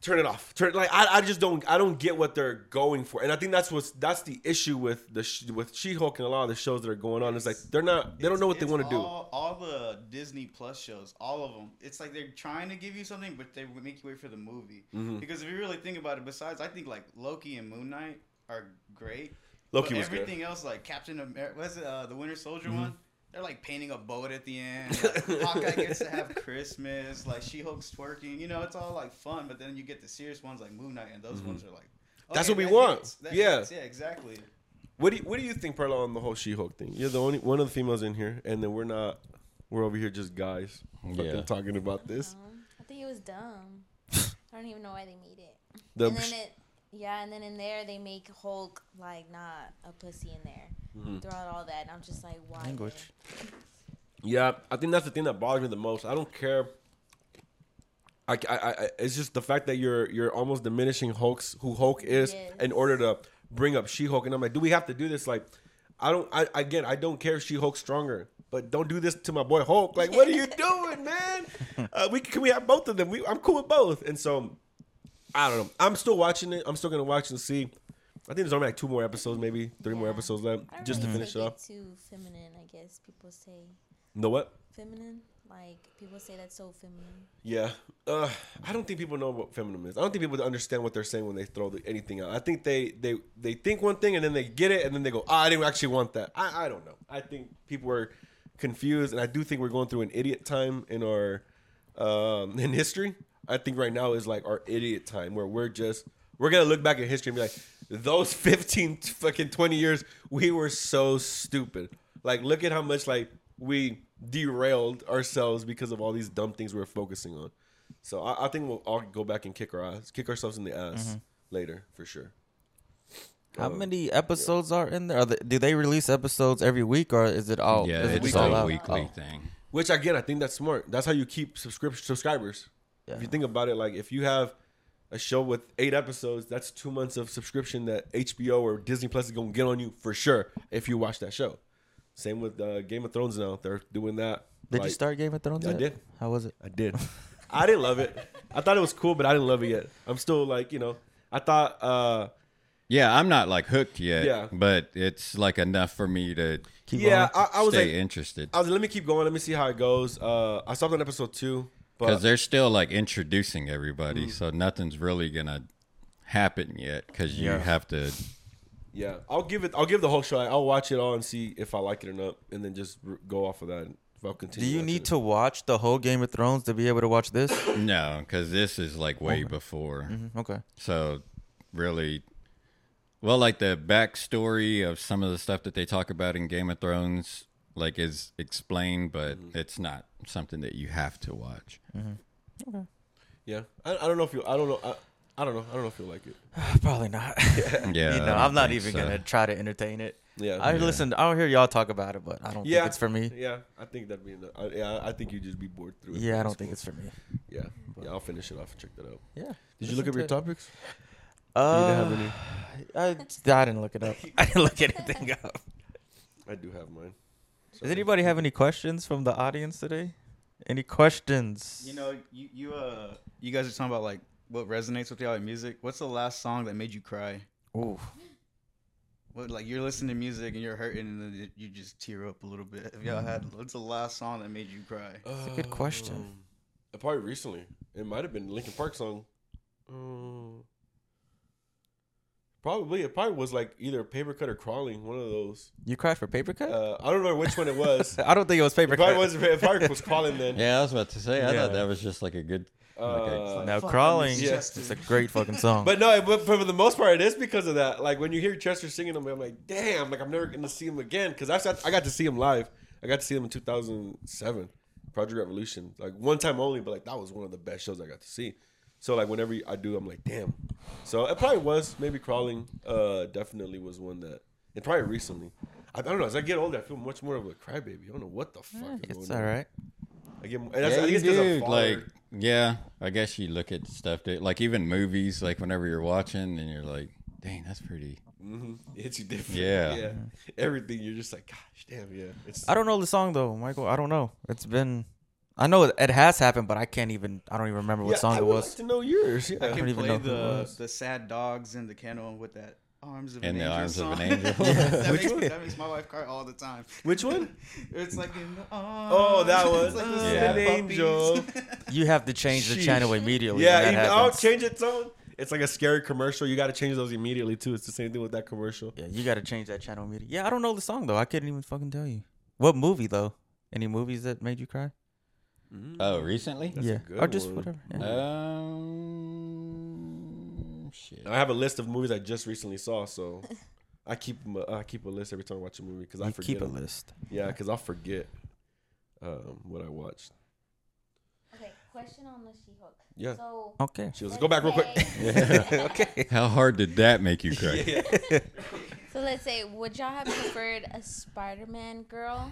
turn it off. Turn like I, I just don't I don't get what they're going for, and I think that's what's that's the issue with the sh- with She-Hulk and a lot of the shows that are going on. It's like they're not they don't know what they want to do.
All, all the Disney Plus shows, all of them. It's like they're trying to give you something, but they make you wait for the movie.
Mm-hmm.
Because if you really think about it, besides, I think like Loki and Moon Knight are great.
Loki
but
was good. Mm-hmm.
everything else, like Captain America, was it uh, the Winter Soldier one? They're like painting a boat at the end. Like, Hawkeye gets to have Christmas. Like She Hulk's twerking. You know, it's all like fun. But then you get the serious ones like Moon Knight, and those ones are like.
Mm-hmm. That's
okay,
what we
that
want.
hits, that
Yeah.
hits. Yeah. Exactly.
What do you, what do you think, Perla, on the whole She-Hulk thing? You're the only one of the females in here, and then we're not. We're over here just guys, fucking
Yeah.
talking about this.
Um, I think it
[sighs]
was dumb. I don't even know why they made it.
The
and then it, yeah, and then in there they make Hulk like not a pussy in there
Mm-hmm.
throughout all that, and I'm just like, why?
Language.
yeah, I think that's the thing that bothers me the most. I don't care. I, I, I it's just the fact that you're you're almost diminishing Hulk's who Hulk is
Yes.
in order to bring up She-Hulk, and I'm like, do we have to do this? Like, I don't. I again, I don't care if She-Hulk's stronger, but don't do this to my boy Hulk. Like, what are
[laughs]
you doing, man? Uh, we can we have both of them? We, I'm cool with both, and so I don't know. I'm still watching it. I'm still gonna watch and see. I think there's only like two more episodes, maybe three more
Yeah.
episodes left,
I don't
just to
really
finish it
take
up.
Too feminine, I guess people say.
Know what?
Feminine, like people say that's so feminine.
Yeah. Uh, I don't think people know what feminism is. I don't think people understand what they're saying when they throw the, anything out. I think they, they they think one thing and then they get it and then they go, ah, I didn't actually want that. I, I don't know. I think people are confused and I do think we're going through an idiot time in our um, in history. I think right now is like our idiot time where we're just we're gonna look back at history and be like, those 15 t- fucking 20 years, we were so stupid. Like, look at how much like we derailed ourselves because of all these dumb things we were focusing on. So I, I think we'll all go back and kick our ass, kick ourselves in the ass later for sure.
How
uh,
many episodes are in there? Are they, do they release episodes every week or is it all?
yeah,
is it
it's
all
a
out?
weekly
Oh.
thing.
Which again, I think that's smart. That's how you keep subscription subscribers. If you think about it, like if you have a show with eight episodes, that's two months of subscription that HBO or Disney Plus is gonna get on you for sure if you watch that show. Same with uh, Game of Thrones now. They're doing that.
Did
Like,
you start Game of Thrones?
I
yet?
did.
How was it?
I
[laughs]
did. I didn't love it. I thought it was cool, but I didn't love it yet. I'm still like, you know, I thought uh
Yeah, I'm not like hooked yet,
Yeah.
but it's like enough for me to
Keep
yeah,
going.
I, I was
stay
like
interested
I was like, let me keep going, let me see how it goes. Uh I stopped on episode two,
because
but
they're still like introducing everybody,
Mm.
so nothing's really gonna happen yet because you
Yeah.
have to.
yeah, I'll give it I'll give the whole show. I'll watch it all and see if I like it or not, and then just r- go off of that and if I'll
Do
continue.
you
watching
need
it.
to watch the whole Game of Thrones to be able to watch
[coughs]
this?
No, because this is like way before.
okay.
So really, well, like the backstory of some of the stuff that they talk about in Game of Thrones, like is explained, but it's not something that you have to watch.
Yeah, I, I don't know if you. I don't know. I, I don't know. I don't know if you'll like it.
Probably not.
[laughs]
Yeah,
you
I
know,
don't
I'm not
think
even
so.
gonna try to entertain it.
Yeah.
I
Yeah.
listen. I'll hear y'all talk about it, but I don't think it's for me.
Yeah, I think that'd be. enough. I, yeah, I think you would just be bored through it.
Yeah, I don't think it's for me.
Yeah, yeah. I'll finish it off and check that out.
Yeah.
Did you look up your topics?
Uh,
you didn't have
I, I didn't look it up. I didn't look anything up.
any. I do have mine.
Does anybody have any questions from the audience today? Any questions?
You know, you you uh, you guys are talking about like what resonates with y'all in music. What's the last song that made you cry?
Ooh.
What like you're listening to music and you're hurting and then you just tear up a little bit. If y'all had, what's the last song that made you cry?
That's
a good question.
Um, uh, probably recently. It might have been Linkin Park song. Um, probably it probably was like either paper cut or crawling. One of those.
You cried for paper cut?
Uh, I don't remember which one it was.
[laughs] I don't think it was paper
It
cut.
probably uh, was.
[laughs]
It probably was crawling then.
Yeah, I was about to say. I thought
Yeah.
that was just like a good.
Uh,
Now
Fuck, I
crawling,
miss
Yeah.
Chester.
it's a great fucking song.
But no, but for the most part, it is because of that. Like when you hear Chester singing them, I'm like, damn, like I'm never gonna see him again because I got- I got to see him live. I got to see him in 2007, Project Revolution, like one time only, but like that was one of the best shows I got to see. So like whenever I do, I'm like, damn. So it probably was maybe crawling. Uh, definitely was one that and probably recently. I, I don't know. As I get older, I feel much more of a crybaby. I don't know what the fuck. is
It's
going
all
on.
right.
I get. More, and that's,
yeah,
I think
you
it's 'cause I'm
do.
farther.
Like, yeah, I guess you look at stuff that, like, even movies. Like, whenever you're watching, and you're like, "Dang, that's pretty."
Mhm. It hits you different.
Yeah.
yeah. Everything you're just like, gosh, damn, yeah. It's
I don't know the song though, Michael. I don't know. It's been. I know it, it has happened, but I can't even. I don't even remember what
yeah,
song
I
it
would
was.
Like to know yours. Yeah.
I [laughs]
don't
can
even
play
know who it
the
was.
the sad dogs in the kennel with that arms of
In
an
the
angel
arms of
song.
an angel.
[laughs]
[laughs]
that,
Which
makes,
one?
that makes my wife cry all the time.
Which one?
[laughs] It's like in the arms.
Oh, that one.
[laughs] It's like the
Of
sad
an
puppies.
angel. [laughs]
You have to change the
Sheesh.
channel immediately.
yeah,
when
even,
that
I'll
happens.
change it tone. It's like a scary commercial. You got to change those immediately too. It's the same thing with that commercial.
Yeah, you got to change that channel immediately. Yeah, I don't know the song though. I couldn't even fucking tell you. What movie though? Any movies that made you cry?
Oh, recently?
That's a
yeah,
good
or just
one.
whatever. Yeah.
Um, shit.
And I have a list of movies I just recently saw, so I keep 'em- uh, I keep a list every time I watch a movie because I
You
forget.
keep a
'em.
list.
Yeah, because I'll forget um, what I watched.
Okay, question on the She-Hulk.
Yeah.
So
Okay.
She was like, go back real quick.
okay.
How hard did that make you cry?
So let's say, would y'all have preferred a Spider-Man girl,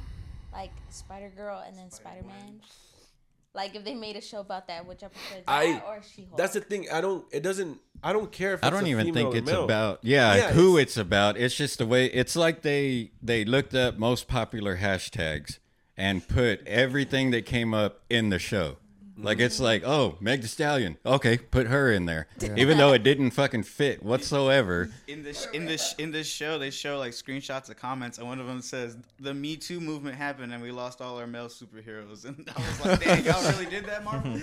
like Spider Girl, and then Spider-Man? Like if they made a show about that, would y'all prefer that
I-
or She-Hulk?
That's the thing. I don't. It doesn't. I don't care if
I
it's
don't
a
even
female
think
or
it's
male.
about yeah,
Yeah,
who it's, about. It's just the way it's like they they looked up most popular hashtags and put everything that came up in the show. Like it's like, oh, Meg the Stallion. Okay, put her in there. Even
[laughs]
though it didn't fucking fit whatsoever.
In this in this in this show, they show like screenshots of comments, and one of them says, "The Me Too movement happened, and we lost all our male superheroes." [laughs] And I was like, "Dang, y'all really did
[laughs]
that, Marvel?"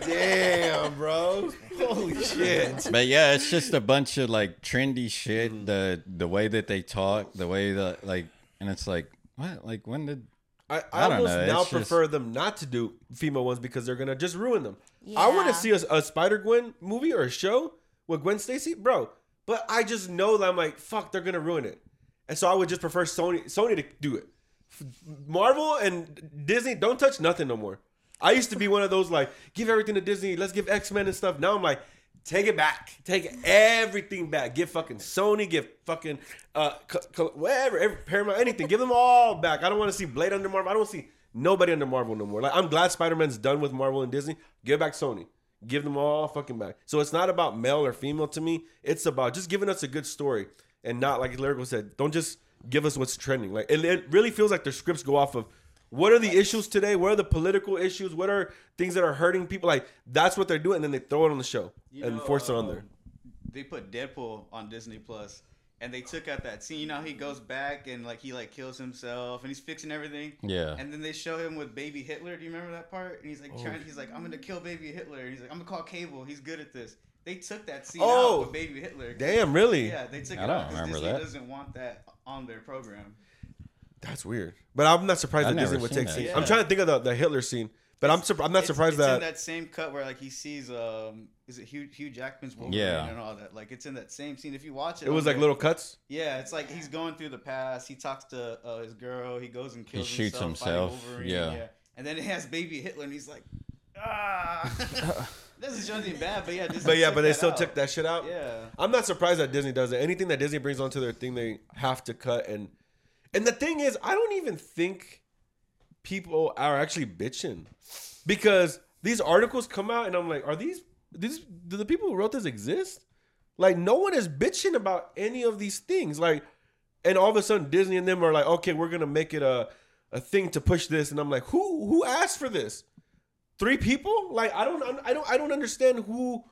[laughs]
Damn, bro. Holy shit.
But yeah, it's just a bunch of like trendy shit.
Mm.
The the way that they talk, the way that like and it's like what? Like when did
I, I,
I don't
almost
know,
now
it's just-
prefer them not to do female ones because they're gonna just ruin them. I
Yeah.
want to see a, a Spider Gwen movie or a show with Gwen Stacy, bro. But I just know that I'm like, fuck, they're gonna ruin it, and so I would just prefer Sony Sony to do it. F- Marvel and Disney don't touch nothing no more. I used to be one of those like, give everything to Disney, let's give X Men and stuff. Now I'm like, take it back, take everything back, give fucking Sony, give fucking uh co- co- whatever, every, Paramount, anything, give them all back. I don't want to see Blade under Marvel. I don't see nobody under Marvel no more. Like I'm glad Spider Man's done with Marvel and Disney. Give back Sony. Give them all fucking back. So it's not about male or female to me. It's about just giving us a good story and not like Lyrical said, don't just give us what's trending. Like it, it really feels like their scripts go off of what are the issues today? What are the political issues? What are things that are hurting people? Like that's what they're doing, and then they throw it on the show
You
and
know,
force it on
um,
there.
They put Deadpool on Disney Plus, and they took out that scene. You know, how he goes back and like he like kills himself, and he's fixing everything.
Yeah.
And then they show him with Baby Hitler. Do you remember that part? And he's like, trying, he's like, I'm gonna kill Baby Hitler. And he's like, I'm gonna call Cable. He's good at this. They took that scene
Oh!
out with Baby Hitler.
Damn, really?
Yeah, they took
I
it
don't
out because
remember
Disney
that.
doesn't want that on their program.
That's weird. But I'm not surprised
I've
that Disney
never
would
seen
take.
that.
Scene.
Yeah.
I'm trying to think of the, the Hitler scene, but I'm surp- I'm not
It's-
surprised
it's
that,
in that same cut where like he sees um is it Hugh Hugh Jackman's Wolverine
Yeah.
and all that. Like it's in that same scene. If you watch it,
it was
on
like
there-
little cuts.
Yeah, it's like he's going through the past. He talks to uh, his girl. He goes and kills.
shoots
fighting
himself,
Wolverine,
yeah.
and then it has baby Hitler, and
[laughs]
he's like, ah. [laughs] Doesn't show anything bad, but yeah. Disney
But yeah,
took
but they
that
still
out.
took that shit out.
Yeah.
I'm not surprised that Disney does it. Anything that Disney brings onto their thing, they have to cut. And and the thing is, I don't even think people are actually bitching because these articles come out, and I'm like, are these these do the people who wrote this exist? Like, no one is bitching about any of these things. Like, and all of a sudden, Disney and them are like, okay, we're gonna make it a a thing to push this, and I'm like, who who asked for this? three people like i don't i don't i don't understand who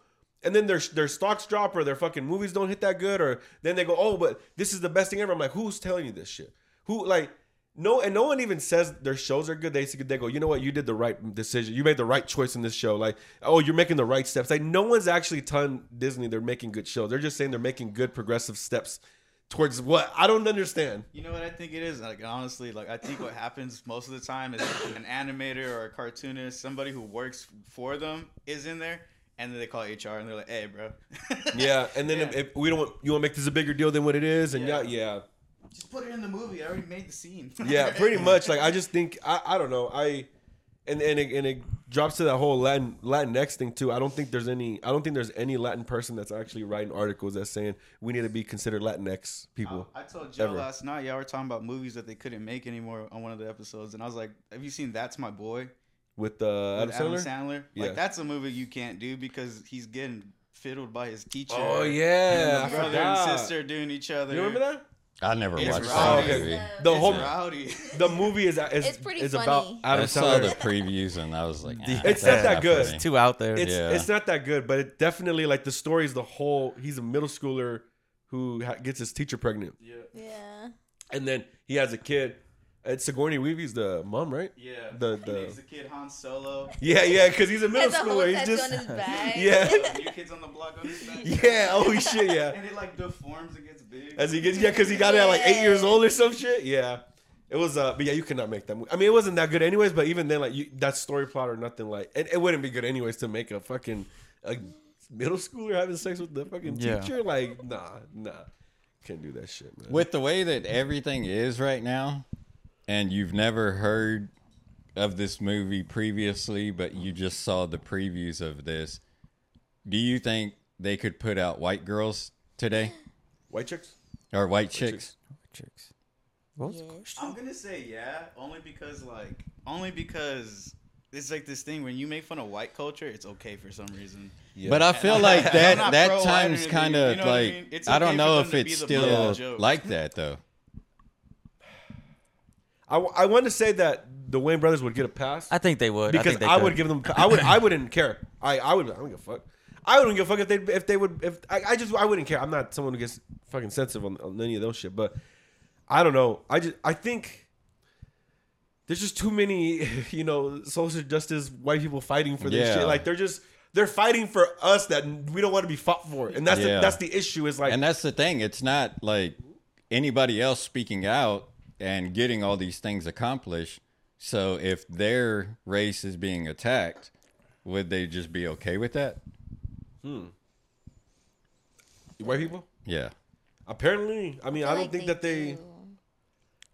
and then their their stocks drop or their fucking movies don't hit that good or then they go oh but this is the best thing ever i'm like who's telling you this shit who like no and no one even says their shows are good they say- they go you know what you did the right decision you made the right choice in this show like oh you're making the right steps like no one's actually telling disney they're making good shows they're just saying they're making good progressive steps towards what i don't understand
You know what I think it is? Like honestly, like I think what happens most of the time is an animator or a cartoonist, somebody who works for them, is in there, and then they call HR and they're like, "Hey, bro."
yeah and then If,
[laughs] Yeah.
if we don't want you want to make this a bigger deal than what it is and
Yeah.
yeah, yeah.
Just put it in the movie. I already made the scene. [laughs]
yeah pretty much like i just think i, I don't know i and and it, and it drops to that whole Latin Latinx thing too. I don't think there's any. I don't think there's any Latin person that's actually writing articles that's saying we need to be considered Latinx people.
I told Joe
Ever.
last night, y'all were talking about movies that they couldn't make anymore on one of the episodes, and I was like, "Have you seen That's My Boy?"
With uh, Adam
with Adam
Sandler.
Sandler.
Yeah.
Like that's a movie you can't do because he's getting fiddled by his teacher.
Oh
And
yeah,
the
I
brother
forgot.
and sister doing each other.
You remember that?
I never
It's
watched
right.
that
Oh, okay.
movie.
The
It's
whole
rowdy.
the movie is is
It's pretty
is
funny.
about Adam
I saw
Sandler.
the previews and I was like, "Ah,
[laughs] It's not
that's
that good.
for me."
Two out there.
it's
Yeah.
it's not that good, but it definitely like the story is the whole. He's a middle schooler who ha- gets his teacher pregnant,
[laughs] yeah.
Yeah.
and then he has a kid. It's Sigourney Weaver's the mom, right?
Yeah.
The-
He
the-
names the kid
[laughs]
Han Solo.
Yeah, yeah, because he's a middle
Has a whole
schooler. He's
tattoo
just [laughs]
on his back.
yeah,
New kids on the block on his back.
yeah. Oh shit, yeah.
And it like deforms and gets big.
As he gets yeah, because he got it at like eight
Yeah.
years old or some shit. Yeah, it was. uh But yeah, you cannot make that movie. I mean, it wasn't that good anyways. But even then, like you, that story plot or nothing like it, it wouldn't be good anyways to make a fucking a middle schooler having sex with the fucking
Yeah.
teacher. Like nah, nah, can't do that shit, man.
With the way that everything is right now, and you've never heard of this movie previously, but you just saw the previews of this, do you think they could put out white girls today
White chicks?
or white chicks?
Chicks. What was the
Yeah.
question?
I'm gonna say yeah, only because like only because it's like this thing when you make fun of white culture, it's okay for some reason.
But I feel like
[laughs] I'm
that
not
that
pro-white or
time's
anything,
kind of
you know what I
like I,
mean? It's okay
don't
for
know
them
if
to
it's
be the butt
still
of jokes.
like that though.
I, w- I want to say that the Wayne brothers would get a pass
I think they would. I
because
think they
I, would
could.
give them. I would. I wouldn't care. I. I would. I don't give a fuck. I wouldn't give a fuck if they. If they would. If I, I just. I wouldn't care. I'm not someone who gets fucking sensitive on, on any of those shit. But I don't know. I just. I think there's just too many. [laughs] You know, social justice white people fighting for this
Yeah.
shit. Like they're just. They're fighting for us that we don't want to be fought for, and that's
Yeah.
the, that's the issue. Is like
And that's the thing. It's not like anybody else speaking out and getting all these things accomplished. So if their race is being attacked, would they just be okay with that?
white people.
Yeah.
Apparently, I mean, I, don't
Like
think that they.
do.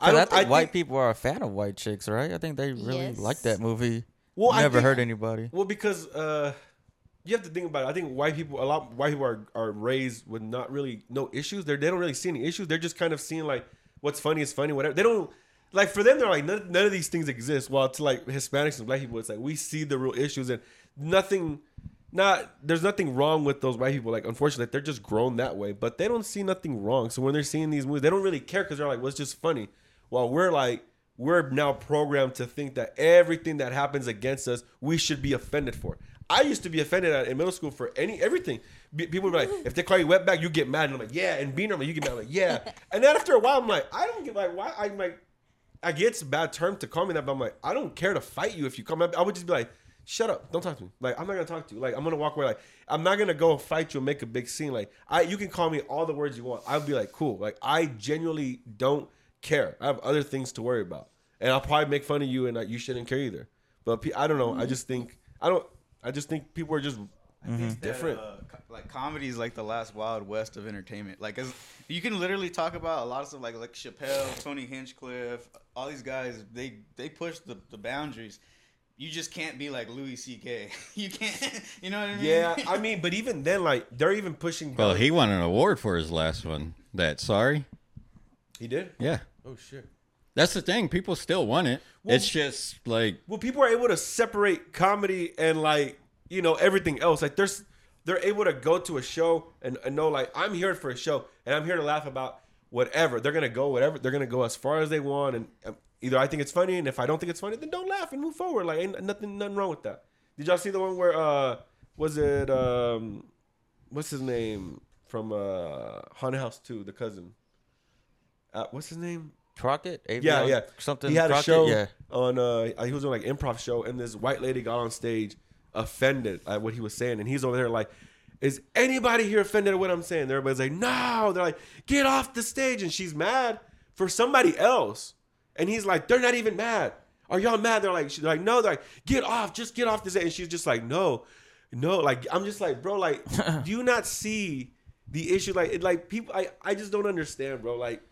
I
I
don't.
think white
think-
people are a fan of white chicks, right? I think they really
Yes.
like that movie.
Well, I
Never
think-
hurt anybody.
Well, because uh, you have to think about it. I think white people, a lot white people are, are raised with not really no issues. They they don't really see any issues. They're just kind of seeing like what's funny is funny, whatever. They don't like for them. They're like none, none of these things exist. While to like Hispanics and black people, it's like we see the real issues and nothing. Not there's nothing wrong with those white people. Like unfortunately, they're just grown that way, but they don't see nothing wrong. So when they're seeing these movies, they don't really care because they're like, "What's just funny?" While we're like, we're now programmed to think that everything that happens against us, we should be offended for. I used to be offended at, in middle school for any everything. Be- people would be like, if they call you wetback, you get mad, and I'm like, yeah. And being normal, you get mad, I'm like, yeah. And then after a while, I'm like, I don't get like why I'm like, I get it's a bad term to call me that, but I'm like, I don't care to fight you if you come up. I would just be like, shut up, don't talk to me. Like I'm not gonna talk to you. Like I'm gonna walk away. Like I'm not gonna go fight you and make a big scene. Like I, you can call me all the words you want. I'll be like, cool. Like I genuinely don't care. I have other things to worry about, and I'll probably make fun of you, and like, you shouldn't care either. But pe- I don't know. I just think I don't. I just think people are just
I think that,
Mm-hmm. Different.
uh, co- like comedy is like the last wild west of entertainment. Like as, you can literally talk about a lot of stuff like like Chappelle, Tony Hinchcliffe, all these guys. They they push the, the boundaries. You just can't be like Louis C.K. [laughs] You can't. You know what I mean?
yeah. I mean, but even then, like they're even pushing.
Well, he won an award for his last one. That sorry.
he did.
Yeah.
Oh shit.
That's the thing. People still want it. it's
[laughs]
just like [laughs]
well people are able to separate comedy and like you know everything else like there's they're able to go to a show and, and know like i'm here for a show and i'm here to laugh about whatever they're gonna go whatever they're gonna go as far as they want and um, either i think it's funny and if i don't think it's funny then don't laugh and move forward like ain't nothing nothing wrong with that did y'all see the one where uh was it um what's his name from uh haunted house 2 the cousin uh, what's his name
Crockett? Avery
yeah,
Al-
yeah.
Something.
He had
Crockett?
a show
Yeah.
on. Uh, he was on like improv show, and this white lady got on stage offended at what he was saying, and he's over there like, "Is anybody here offended at what I'm saying?" And everybody's like, "No." They're like, "Get off the stage," and she's mad for somebody else, and he's like, "They're not even mad. Are y'all mad?" They're like, "She's like, no." They're like, "Get off, just get off the stage," and she's just like, "No." No, like I'm just like, bro,
[laughs]
like, do you not see the issue? Like, it, like people, I, I just don't understand, bro. Like,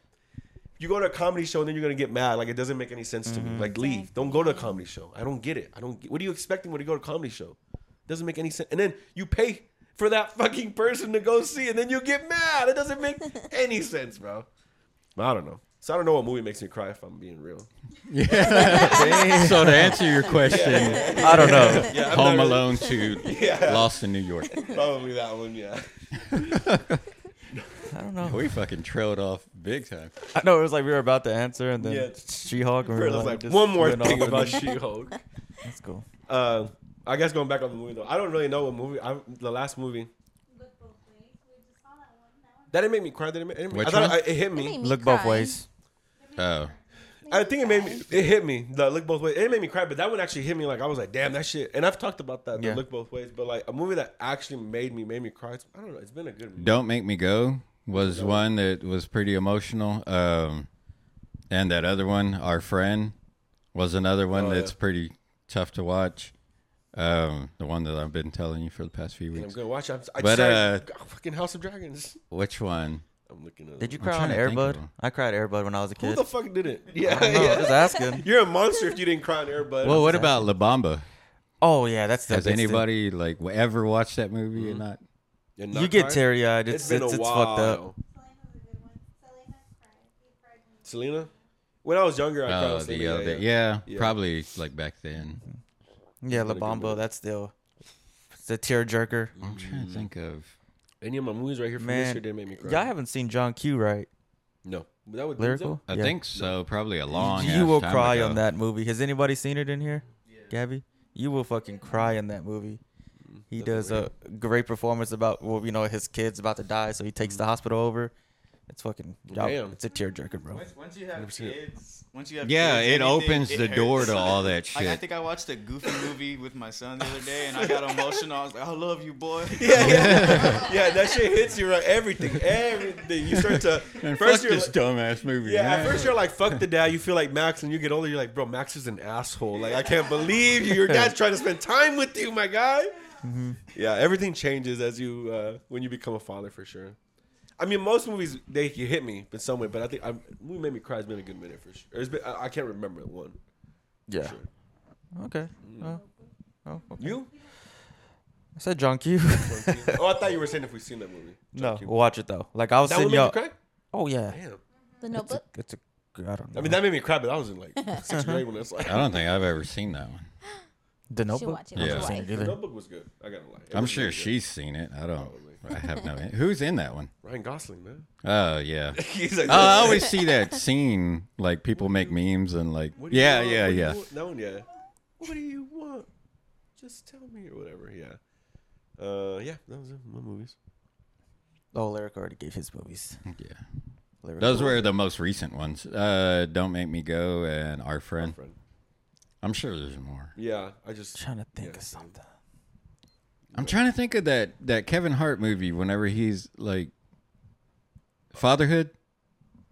you go to a comedy show and then you're gonna get mad. Like it doesn't make any sense
Mm-hmm.
to me. Like leave. Don't go to a comedy show. I don't get it. I don't. Get, what are you expecting when you go to a comedy show? Doesn't make any sense. And then you pay for that fucking person to go see, and then you get mad. It doesn't
[laughs]
make any sense, bro. I don't know. So I don't know what movie makes me cry if I'm being real.
Yeah. so to answer your question,
I don't know.
Yeah, I'm
Home
not really-
Alone to
[laughs] Yeah.
Lost in New York.
Probably that one. Yeah.
I don't know.
We fucking trailed off big time.
I know it was like we were about to answer, and then
Yeah. [laughs]
She-Hulk. and we were,
Like,
just
one more
went off
thing about
it. [laughs]
She-Hulk.
That's cool.
Uh, I guess going back on the movie though, I don't really know what movie. I, the last movie
Look both ways. We just saw that one. That one.
that didn't make me cry. That didn't make, it, didn't make-
Which
I thought
one?
it, it hit
It
me.
made me
Look both
cry.
ways.
Oh,
I think it made me. It hit me. The look both ways. It made me cry, but that one actually hit me. Like I was like, damn, that shit. And I've talked about that.
Yeah.
The look both ways. But like a movie that actually made me made me cry. It's, I don't know. It's been a good movie.
Don't Make Me Go was one that was pretty emotional. Um, and that other one, Our Friend, was another one
Oh, yeah.
that's pretty tough to watch. Um, the one that I've been telling you for the past few
I'm
weeks.
gonna watch. it. I'm, I
But,
just started, fucking House of Dragons.
Which one?
I'm looking at.
uh, Did you
I'm
cry
trying
on
to think of
Airbud?
one.
I cried Airbud when I was a
Who
kid.
the fuck did it? Yeah,
I know,
yeah.
I'm just asking.
You're a monster if you didn't cry on air, but
Well, what about La Bamba?
Oh yeah, that's the
Has
big thing.
anybody like ever watched that movie or not?
You're not
You get
crying?
teary eyed. It's
it's
it's,
been
it's,
a while.
fucked up.
Selena's a good one. Selena cried. He cried when he
Selena. When I was younger, I cried.
Oh,
on
the,
Selena,
uh,
yeah,
the-
yeah.
yeah,
Yeah.
probably like back then.
Yeah, La
been a good
Bamba.
movie.
That's still it's a tear jerker.
I'm trying to think of.
Any of my movies right here from this
Man,
year didn't make me cry.
Y'all haven't seen John Q, right?
no. But that would
Lyrical.
I
Yeah.
think so. Probably a long.
you
ass
will
time
cry
ago.
on that movie. Has anybody seen it in here, Gabby? You will fucking cry in that movie.
Mm-hmm.
He does a great performance about well, you know, his kid's about to die, so he takes the hospital over. It's fucking y'all-
Mm-hmm. Damn.
It's a tearjerker, bro.
[laughs] Once, once you have
100%.
kids, once you have
Yeah,
kids,
it
anything,
opens
it
the door
hurts.
to all that
Like, [laughs] I
shit.
think I watched a goofy movie with my son the other day, and I got emotional. I was like, "I love you, boy." [laughs]
Yeah, yeah, [laughs] yeah. That shit hits you right. Everything, everything. You start
[laughs]
to
And
first
fuck
you're
this
like,
dumbass movie.
yeah. At
man.
first you're like, fuck the dad. You feel like Max, and you get older, you're like, bro, Max is an asshole. Like I can't believe you. Your dad's trying to spend time with you, my guy.
Mm-hmm.
Yeah, everything changes as you uh, when you become a father for sure. I mean, most movies they you hit me in some way, but I think I'm, movie made me cry has been a good minute for sure. It's been, I, I can't remember one.
Yeah.
Sure.
Okay. Oh. Oh, okay.
You?
I said John Q.
oh, I thought you were saying if we've seen that movie.
no, watch it though. Like I was
That one
sitting
made you
y'all.
cry?
Oh yeah.
Damn.
The
It's a,
Notebook.
it's a. I don't know.
I mean, that made me cry, but I was in like
[laughs]
sixth grade when it's like.
I don't think I've ever seen that one.
the
You should
Notebook.
watch it.
Yeah.
Yeah.
Seen it either.
The Notebook was good. I gotta lie. It
I'm
was
sure
really good.
she's seen it. I don't. I have no. Who's in that one?
Ryan Gosling, man.
Oh
[laughs]
yeah.
He's like,
Oh, I always see that scene. Like people make memes and like.
"What do you
Yeah,
want?
yeah,
What do you
yeah.
want?" That one, yeah. What do you want? Just tell me or whatever. Yeah. Uh, yeah, that was it. My movies.
Oh, Lyric already gave his movies.
Yeah.
Lyric.
Those were the most recent ones. Uh, Don't make me go and our friend.
Friend.
I'm sure there's more.
Yeah, I just.
trying to think
Yeah,
of
same.
something.
I'm trying to think of that that Kevin Hart movie. Whenever he's like. Fatherhood.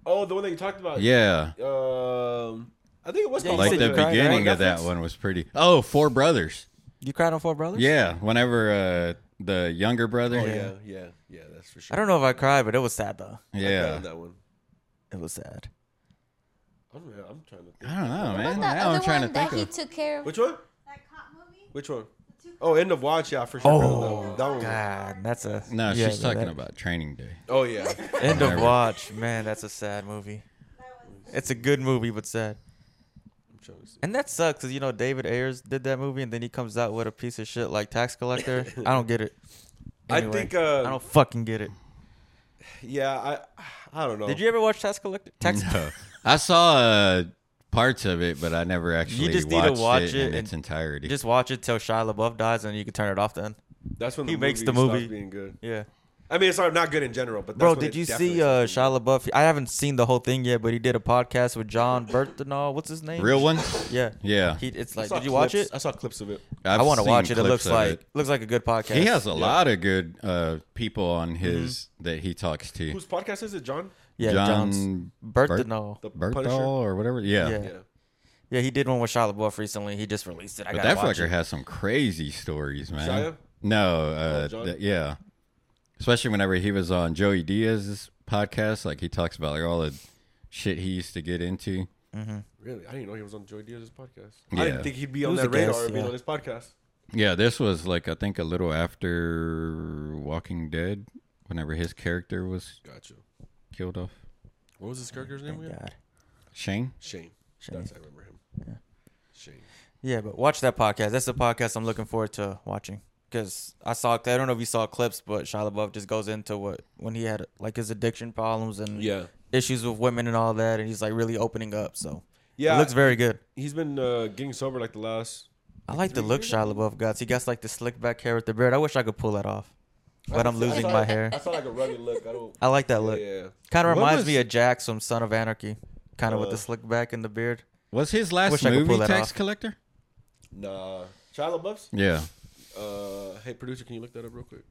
Oh, the one that you talked about.
Yeah.
Um, I think it was
Yeah,
called
you
Like
said
the
you cried, right?
beginning of that
Netflix?
one was pretty. Oh, Four Brothers.
You cried on Four Brothers?
Yeah, whenever uh, the younger brother.
Oh, yeah, yeah, yeah. That's for sure.
I don't know if I cried, but it was sad though.
I
Yeah.
found that one.
It was sad.
I don't know. I'm trying to.
I
Think.
don't know, man.
What about
Now
the
I'm
other
trying to
one that
think
he
of.
took care of?
Which one?
That cop movie.
Which one?
The two
Oh, end of watch. Yeah, for sure.
Oh,
that one.
God, that's a
No,
yeah,
she's
yeah,
talking
that-
about
[laughs]
Training Day.
Oh yeah.
End of
Never.
Watch. Man, that's a sad movie.
That was
It's a good movie, but sad.
I'm trying to see.
And that sucks because you know David Ayers did that movie, and then he comes out with a piece of shit like Tax Collector. I don't get it.
[laughs] I
Anyway,
think, uh,
I don't fucking get it.
Yeah, I I don't know.
Did you ever watch Tax
[laughs]
Collector? Tax.
No. I saw uh, parts of it, but I never actually
just need
watched
to watch it
it, in
and
its
[laughs]
entirety.
Just watch it till Shia LaBeouf dies, and you can turn it off then.
That's when
He
the
makes
movie
the movie.
stops being good.
Yeah.
I mean, it's not not good in general, but that's
Bro,
when
did
it
you see
definitely
uh,
stops being
Shia LaBeouf? I haven't seen the whole thing yet, but he did a podcast with John Berthenol. What's his name?
Real one?
Yeah.
Yeah.
He, it's
good. I
like,
saw
did you watch
clips-
it?
I saw clips of it.
I've
I want to
seen
watch it. It
clips
looks
of
like
it.
looks like a good podcast.
He has a lot of good uh, people on
Mm-hmm.
his that he talks to.
Whose podcast is it, John?
yeah, John's
John
Berthenol.
The
Berthol or whatever. Yeah.
Yeah.
Yeah.
Yeah, he did one with Shia LaBeouf recently. He just released it. I
But
gotta
that
watch
fucker
it.
has some crazy stories, man.
Shia?
No, uh,
Oh, John?
th- yeah. Especially whenever he was on Joey Diaz's podcast, like he talks about like all the shit he used to get into.
Really, I didn't know he was on Joy Diaz's podcast. I
Yeah.
didn't think he'd be on
was
that
a
radar
guest,
being
yeah.
on his podcast.
Yeah, this was like I think a little after Walking Dead, whenever his character was
Gotcha.
killed off.
What was his character's name
Thank
again?
Oh God.
Shane.
Shane.
Shane.
That's I remember him. Shane.
Yeah, but watch that podcast. That's the podcast I'm looking forward to watching because I saw. I don't know if you saw clips, but Shia LaBeouf just goes into what when he had like his addiction problems and
Yeah.
issues with women and all that, and he's like really opening up. So yeah,
Yeah.
it looks very good.
He's been uh, getting sober like the last.
I like the look Shia LaBeouf got. He got like the slick back hair with the beard. I wish I could pull that off, but I'm losing my hair.
I saw like a rugged look. I don't.
[laughs] I like that look.
Yeah.
Kind of
What
reminds
was-
me of Jax from Son of Anarchy, kind of with
Uh,
the slick back and the
[laughs]
beard.
Was his last
Wish I could
movie
pull that
Tax
off.
Collector?
Nah. Shia LaBeouf's.
Yeah.
Uh, hey producer, can you look that up real quick?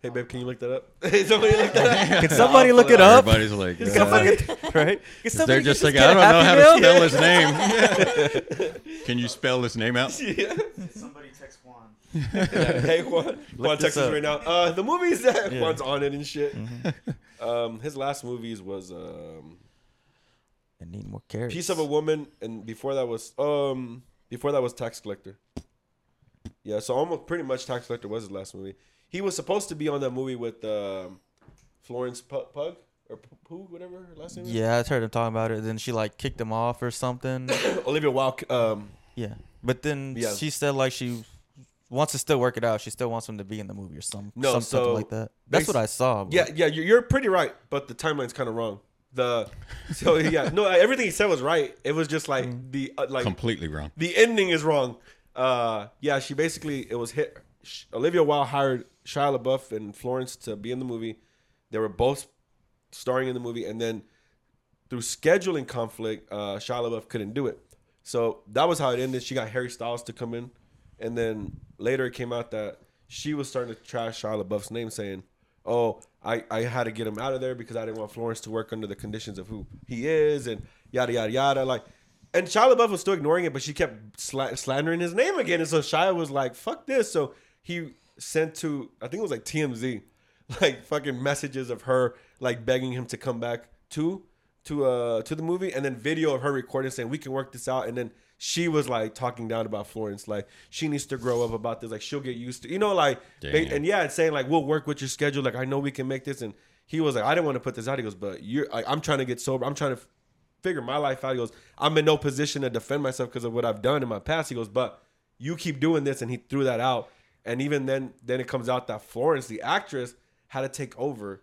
Hey babe, can you look that up? [laughs] Hey, somebody look that up.
[laughs]
Can somebody look it up?
Everybody's like, uh, [laughs]
right? [laughs] Can
they're
somebody
just
this
like,
kid
I
a
don't know how
Happy
to
Meal?"
spell his name.
[laughs]
[laughs] Can you spell his name out?
Somebody text Juan.
Yeah, Hey Juan, Juan
this
texts us
up.
right now. Uh, the movies that Juan's on it and shit.
Mm-hmm.
[laughs] Um, his last movies was um,
I need more carrots.
Piece of a Woman, and before that was um, before that was Tax Collector. Yeah, so almost pretty much Tax Collector was his last movie. He was supposed to be on that movie with um, Florence Pug, Pug or P- Pug, whatever her last name. is.
Yeah, I heard him talking about it. Then she like kicked him off
[coughs]
or something.
Olivia Wilde. Um,
yeah, but then
Yeah.
she said like she wants to still work it out. She still wants him to be in the movie or some
No,
some
so
something like that. That's
basi-
what I saw. but-
Yeah, yeah, you're, you're pretty right, but the timeline's kind of wrong. The so yeah, no, everything he said was right. It was just like the uh, like
Completely wrong.
the ending is wrong. Uh, yeah, she basically it was hit. Sh- Olivia Wilde hired Shia LaBeouf and Florence to be in the movie. They were both starring in the movie, and then through scheduling conflict, uh, Shia LaBeouf couldn't do it. So that was how it ended. She got Harry Styles to come in, and then later it came out that she was starting to trash Shia LaBeouf's name, saying, "Oh, I, I had to get him out of there because I didn't want Florence to work under the conditions of who he is, and yada yada yada." Like, and Shia LaBeouf was still ignoring it, but she kept sla- slandering his name again, and so Shia was like, "Fuck this!" So he sent to I think it was like TMZ, [laughs] like fucking messages of her like begging him to come back to to uh to the movie and then video of her recording saying we can work this out and then she was like talking down about Florence like she needs to grow up about this like she'll get used to you know like they,
Damn.
and yeah it's saying like we'll work with your schedule like I know we can make this and he was like I didn't want to put this out he goes but you're like I'm trying to get sober I'm trying to figure my life out he goes I'm in no position to defend myself because of what I've done in my past he goes but you keep doing this and he threw that out and even then then it comes out that Florence the actress had to take over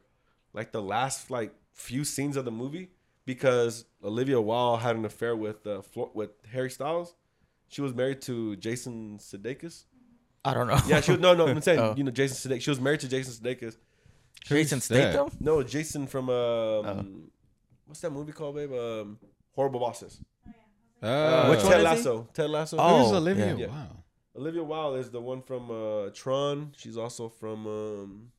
like the last like few scenes of the movie because Olivia Wilde had an affair with uh, Flo- with Harry Styles. She was married to Jason Sudeikis.
I don't know.
Yeah, she was
[laughs]
no no. I'm saying
Oh.
you know Jason Sudeikis. She was married to Jason Sudeikis.
Jason
Who's that?
Statham.
No, Jason from um, what's that movie called, babe? Um, Horrible Bosses.
Uh,
Which one
Ted
is he?
Lasso. Ted Lasso.
Oh.
Who's Olivia?
yeah.
Wow.
Olivia Wilde is the one from uh, Tron. She's also from. Um,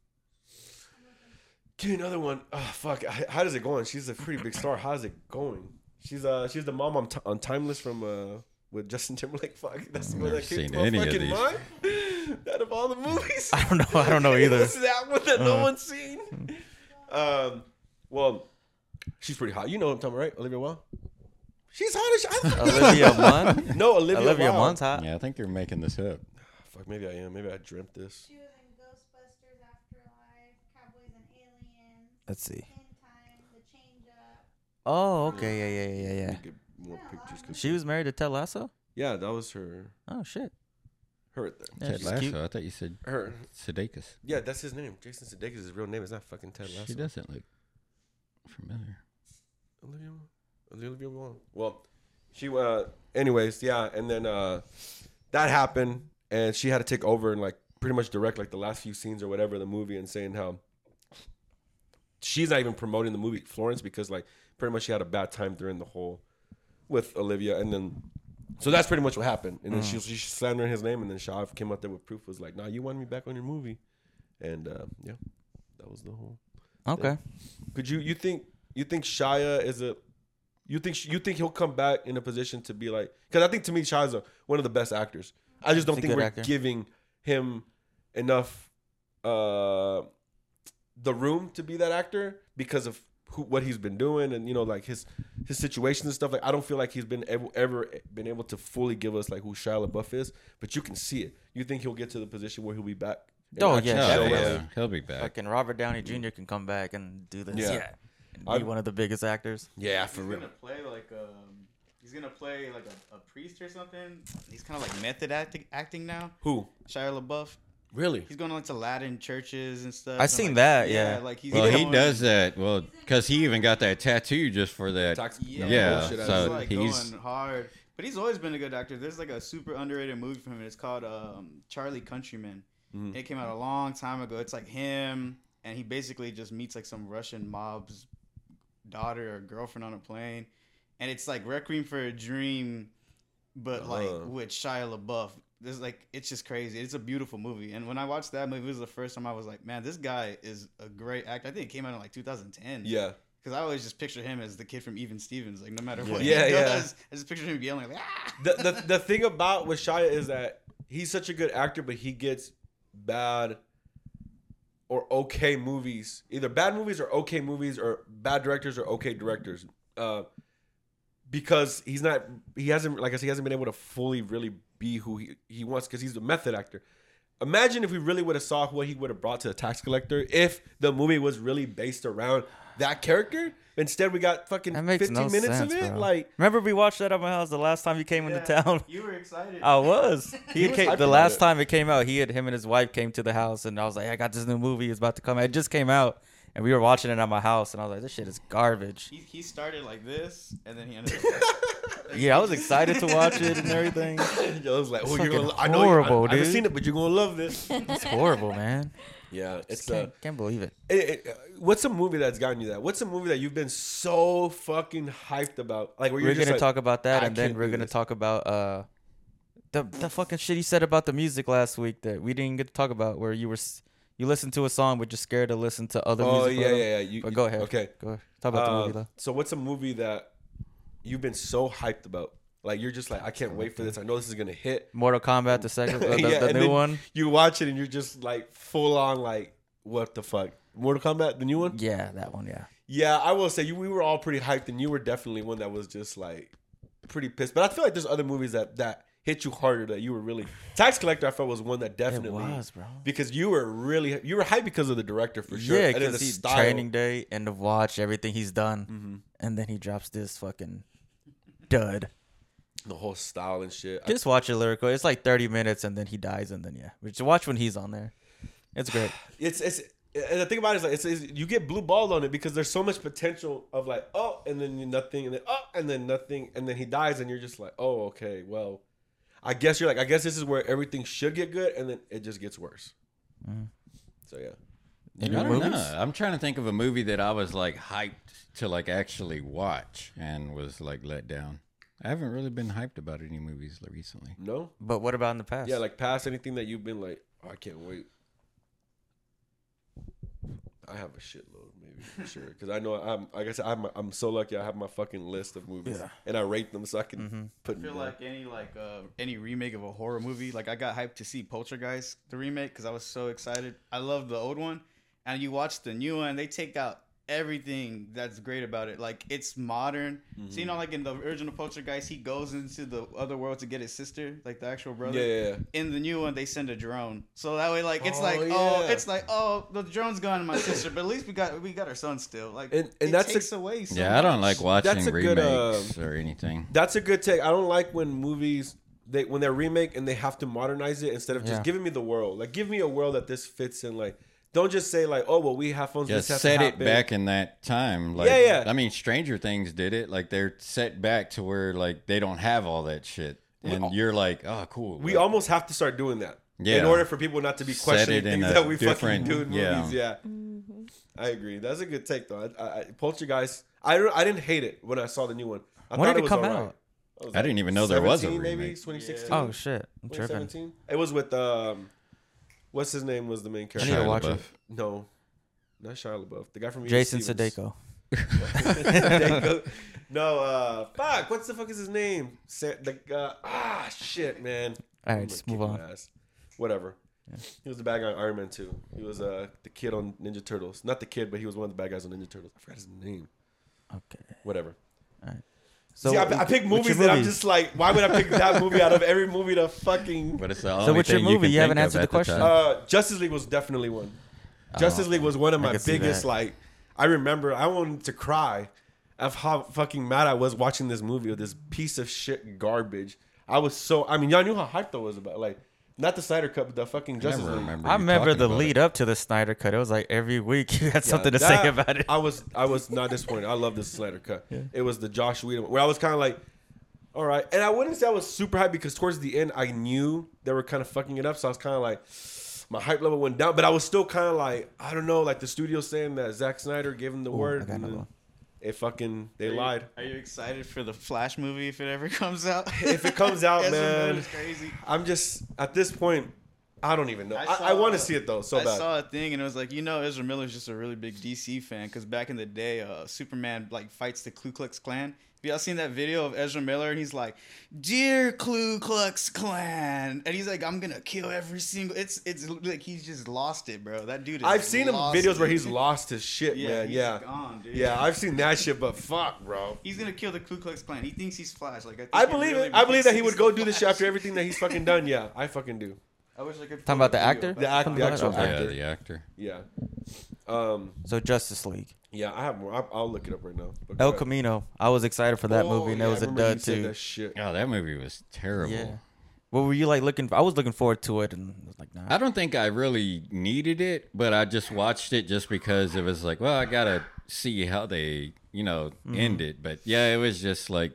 give me another one. Oh, fuck. H- How does it going? She's a pretty big star. How's it going? She's uh she's the mom on, t- on Timeless from uh with Justin Timberlake. [laughs] Fuck, that's the one
never
that came
seen
to my
any of
fucking
these.
mind. [laughs] Out of all the movies,
I don't know. I don't know
[laughs]
either.
It's that one that no one's seen. Um, well, she's pretty hot. You know what I'm talking about, right? Olivia Wilde. She's hot as shit.
Olivia Munn.
[laughs] no, Olivia.
Olivia
Wilde.
Munn's hot.
Yeah, I think you're making this up.
Fuck, maybe I am. Maybe I dreamt this.
She was in Ghostbusters Afterlife, Cowboys and Aliens,
Let's see.
In Time, The Change Up.
Oh, okay. Yeah, yeah, yeah, yeah.
Get more pictures. 'cause-
She was married to Ted Lasso.
Yeah, that was her.
Oh shit.
Her.
Yeah,
Ted
she's
Lasso.
cute.
I thought you said
Her.
Sudeikis.
Yeah, that's his name. Jason Sudeikis is his real name. It's not fucking Ted Lasso.
She doesn't look familiar.
Olivia. Olivia Wilde. Well, she. Uh. Anyways, yeah, and then uh, that happened, and she had to take over and like pretty much direct like the last few scenes or whatever of the movie, and saying how she's not even promoting the movie Florence because like pretty much she had a bad time during the whole with Olivia, and then so that's pretty much what happened. And then she she slandering his name, and then Shav came out there with proof was like, "Nah, you wanted me back on your movie," and uh, yeah, that was the whole.
Okay.
Could you you think you think Shia is a you think you think he'll come back in a position to be like because I think to me Shia's a, one of the best actors. I just don't
He's a
think
good
we're
actor.
giving him enough uh the room to be that actor because of who, what he's been doing and you know like his his situations and stuff. Like I don't feel like he's been ever, ever been able to fully give us like who Shia LaBeouf is, but you can see it. You think he'll get to the position where he'll be back? and
Oh,
actually
yeah,
No,
show
definitely.
us?
yeah, he'll be back.
Fucking Robert Downey Jr. can come back and do this.
Yeah.
Yeah. And be
I'd-
one of the biggest actors.
yeah,
He's
for real.
gonna play like um, he's gonna play like a, a priest or something. He's kind of like method acting acting now.
Who
Shia LaBeouf.
really?
He's going to like to Latin churches and stuff.
I've
and,
seen
like-
that, yeah.
like he's
Well, he
going-
does that. Well, because he even got that tattoo just for that.
Tox-
Yeah,
Yeah,
bullshit ass-
so-
he's like
he's-
going hard. But he's always been a good actor. There's like a super underrated movie from him. It's called um, Charlie Countryman.
Mm-hmm.
It came out a long time ago. It's like him, and he basically just meets like some Russian mob's daughter or girlfriend on a plane, and it's like Requiem for a Dream, but
Uh-huh.
Uh.
like with Shia LaBeouf. There's like it's just crazy. It's a beautiful movie, and when I watched that movie, it was the first time I was like, man, this guy is a great actor. I think it came out in like 2010.
yeah.
Because I always just picture him as the kid from Even Stevens. Like, no matter what
Yeah,
he
yeah.
does, I just picture him yelling, like, ah!
[laughs] the, the the thing about with Shia is that he's such a good actor, but he gets bad or okay movies. Either bad movies or okay movies, or bad directors or okay directors. Uh, because he's not, he hasn't, like I said, he hasn't been able to fully really be who he, he wants because he's a method actor. Imagine if we really would have saw what he would have brought to the tax collector if the movie was really based around that character. Instead, we got fucking
That makes
15
no
minutes
sense,
of it.
bro.
Like,
Remember we watched that at my house the last time you came into town?
You were excited.
[laughs] I
Oh.
was. He,
He was
came,
hyped
the
about
last
it.
time it came out, he had him and his wife came to the house, and I was like, I got this new movie. It's about to come. out. It just came out, and we were watching it at my house, and I was like, this shit is garbage.
He, he started like this, and then he ended up. Like,
Yeah, I was excited to watch it
[laughs]
and
[coughs]
everything.
I was like, oh, you're
It's fucking
gonna, lo- I know horrible,
horrible,
I, haven't
dude.
seen it, but you're gonna love this.
It's horrible, man.
yeah, it's uh,
Can't, can't believe it.
it, it, uh, what's a movie that's gotten you that? What's a movie that you've been so fucking hyped about? Like, where you're
We're
just
gonna
like,
talk about that,
I
and then
can't
we're
do
gonna
this.
talk about uh, the the fucking shit he said about the music last week that we didn't get to talk about, where you were s- you listened to a song but you're scared to listen to other
Oh
music.
yeah,
from
yeah,
it.
yeah. You,
But
you-
go ahead.
Okay.
Go ahead. Talk about the
Uh,
movie though.
so, what's a movie that you've been so hyped about? Like, you're just like, I can't wait for this. I know this is gonna
[laughs]
hit.
Mortal Kombat, the second, uh,
[laughs]
the,
Yeah,
the
and
new
then
one.
You watch it and you're just like full on like, what the fuck? Mortal Kombat, the new one.
Yeah, that one. Yeah.
Yeah, I will say you, we were all pretty hyped, and you were definitely one that was just like pretty pissed. But I feel like there's other movies that that hit you harder that you were really. Tax Collector, I felt was one that definitely
was, bro.
because you were really you were hyped because of the director for sure.
Yeah,
and then
because
the
he's
style. Mm-hmm.
training day and to watch everything he's done, and then he drops this fucking dud.
the whole style and shit. I-
Just watch it lyrical. It's like thirty minutes, and then he dies, and then yeah, just watch when he's on there. It's
[sighs]
great.
it's it's. And the thing about it is like it's, it's you get blue balled on it because there's so much potential of like oh and then you- nothing and then oh and then nothing and then he dies and you're just like oh okay well I guess you're like I guess this is where everything should get good and then it just gets worse. So yeah.
I
Any
don't
movies?
know. I'm trying to think of a movie that I was like hyped to like actually watch and was like let down. I haven't really been hyped about any movies like, recently.
No.
But what about in the past?
Yeah, like past anything that you've been like, oh, I can't wait. I have a shitload, maybe for sure, because I know I'm. Like I said, I'm. I'm so lucky. I have my fucking list of movies, and I rate them so I can put.
I
Them
feel
down.
like any like uh, any remake of a horror movie. Like I got hyped to see Poltergeist the remake because I was so excited. I love the old one, and you watch the new one. They take out everything that's great about it. Like it's modern. So
Mm-hmm.
you know, like in the original Poltergeist, he goes into the other world to get his sister, like the actual brother.
yeah, yeah, yeah.
in the new one they send a drone so that way like it's
Oh,
like
yeah.
oh it's like oh the drone's gone to my sister but at least we got we got our son still like
And- and
it
that's a-
takes away so
Yeah, I don't like watching
That's a good,
remakes or anything.
That's a good take. I don't like when movies they when they're remake and they have to modernize it instead of just
Yeah.
giving me the world. Like, give me a world that this fits in. Like, don't just say like, oh, well, we have phones.
Just
this has
set
to
it
happen.
back in that time. Like,
Yeah, yeah.
I mean, Stranger Things did it. Like they're set back to where like they don't have all that shit, and you're like, oh, cool.
We
Like,
almost have to start doing that. In
Yeah.
order for people not to be
Set
questioning
it in
things
a
that we fucking
different-
do in
yeah.
movies. Yeah. I agree. That's a good take though. I, I, I- Poltergeist. I don't- I didn't hate it when I saw the new one. I
When
thought
did it
was
come
alright.
out?
I, was
I didn't even know there was a
17 maybe
remake.
2016.
oh shit, I'm tripping.
2017. It was with um, what's his name was the main
I
character.
need to
Shia
watch
LaBeouf.
it.
No, not Shia LaBeouf. The guy from E Even
Jason
Stevens. [laughs]
Sudeiko. [laughs]
Sudeikis. no, uh, fuck. What's the fuck is his name? Sa- the uh, ah shit, man.
All right,
I'm
just
gonna
move
kick
on.
my ass. Whatever. He was the bad guy on Iron Man 2. He was uh, the kid on Ninja Turtles. Not the kid, but he was one of the bad guys on Ninja Turtles. I forgot his name.
Okay.
Whatever.
So
See, I, I
what-
pick
what's your
movies that I'm
movie?
just like, why would I pick that movie out of every movie to fucking.
But it's the only
what's your
thing
movie?
You,
You haven't
can think
answered
of
the
at
question.
time.
Uh, Justice League was definitely one. Justice League was one of
Oh, I
my
could see
biggest
that.
like. I remember I wanted to cry of how fucking mad I was watching this movie with this piece of shit garbage. I was so. I mean, y'all knew how hyped I was about like not the Snyder Cup, but the fucking
I
Justice
never
League.
remember.
I
you
remember
talking
the
about
lead
It.
up to the Snyder Cut. It was like every week [laughs] you had
Yeah,
something to
that-
say about it.
I was I was not disappointed. I love this Snyder Cut. It was the Josh Whedon where I was kind of like, all right, and I wouldn't say I was super hyped because towards the end I knew they were kind of fucking it up, so I was kind of like, my hype level went down, but I was still kind of like, I don't know, like the studio saying that Zack Snyder gave him the word,
I got
and
another
then
one.
it fucking they
Are you-
lied.
Are you excited for the Flash movie if it ever [laughs] comes out?
If it comes
[laughs]
out,
Ezra
man.
Miller's crazy.
I'm just at this point, I don't even know. I,
I
I,
saw-
want to see it though so
I
bad.
saw a thing and it was like, you know, Ezra Miller's just a really big DC fan because back in the day, uh, Superman like fights the Ku Klux Klan. Have y'all seen that video of Ezra Miller and he's like, "Dear Ku Klux Klan," and he's like, "I'm gonna kill every single." It's it's like he's just lost it, bro. That dude. Is
I've seen him
lost
videos
it.
where
[laughs]
he's lost his shit,
Yeah,
man.
he's
Yeah,
gone, dude.
yeah, I've seen that shit, but fuck, bro.
He's gonna kill the Ku Klux Klan. He thinks he's Flash. Like I, think
I
he
believe
really
it. I believe that he
thinks
would go
he's
do this shit
Flash.
after everything
[laughs]
that he's fucking done. Yeah, I fucking do.
I wish I could.
Talking about the
find a video,
actor?
but-
The, act, the actual
Okay.
Yeah,
actor.
the actor.
Yeah. Um.
So Justice League,
Yeah, I have more. I'll, I'll look it up right now. But
El
go ahead.
Camino. I was excited for that
Oh,
movie, and
yeah,
it was
I
a
remember you
dud
said
too.
That
[laughs]
shit.
Oh, that movie was terrible.
Yeah. What were you like looking? For? I was looking forward to it, and it was like, nah.
I don't think I really needed it, but I just watched it just because it was like, well, I gotta see how they, you know, end it. But yeah, it was just like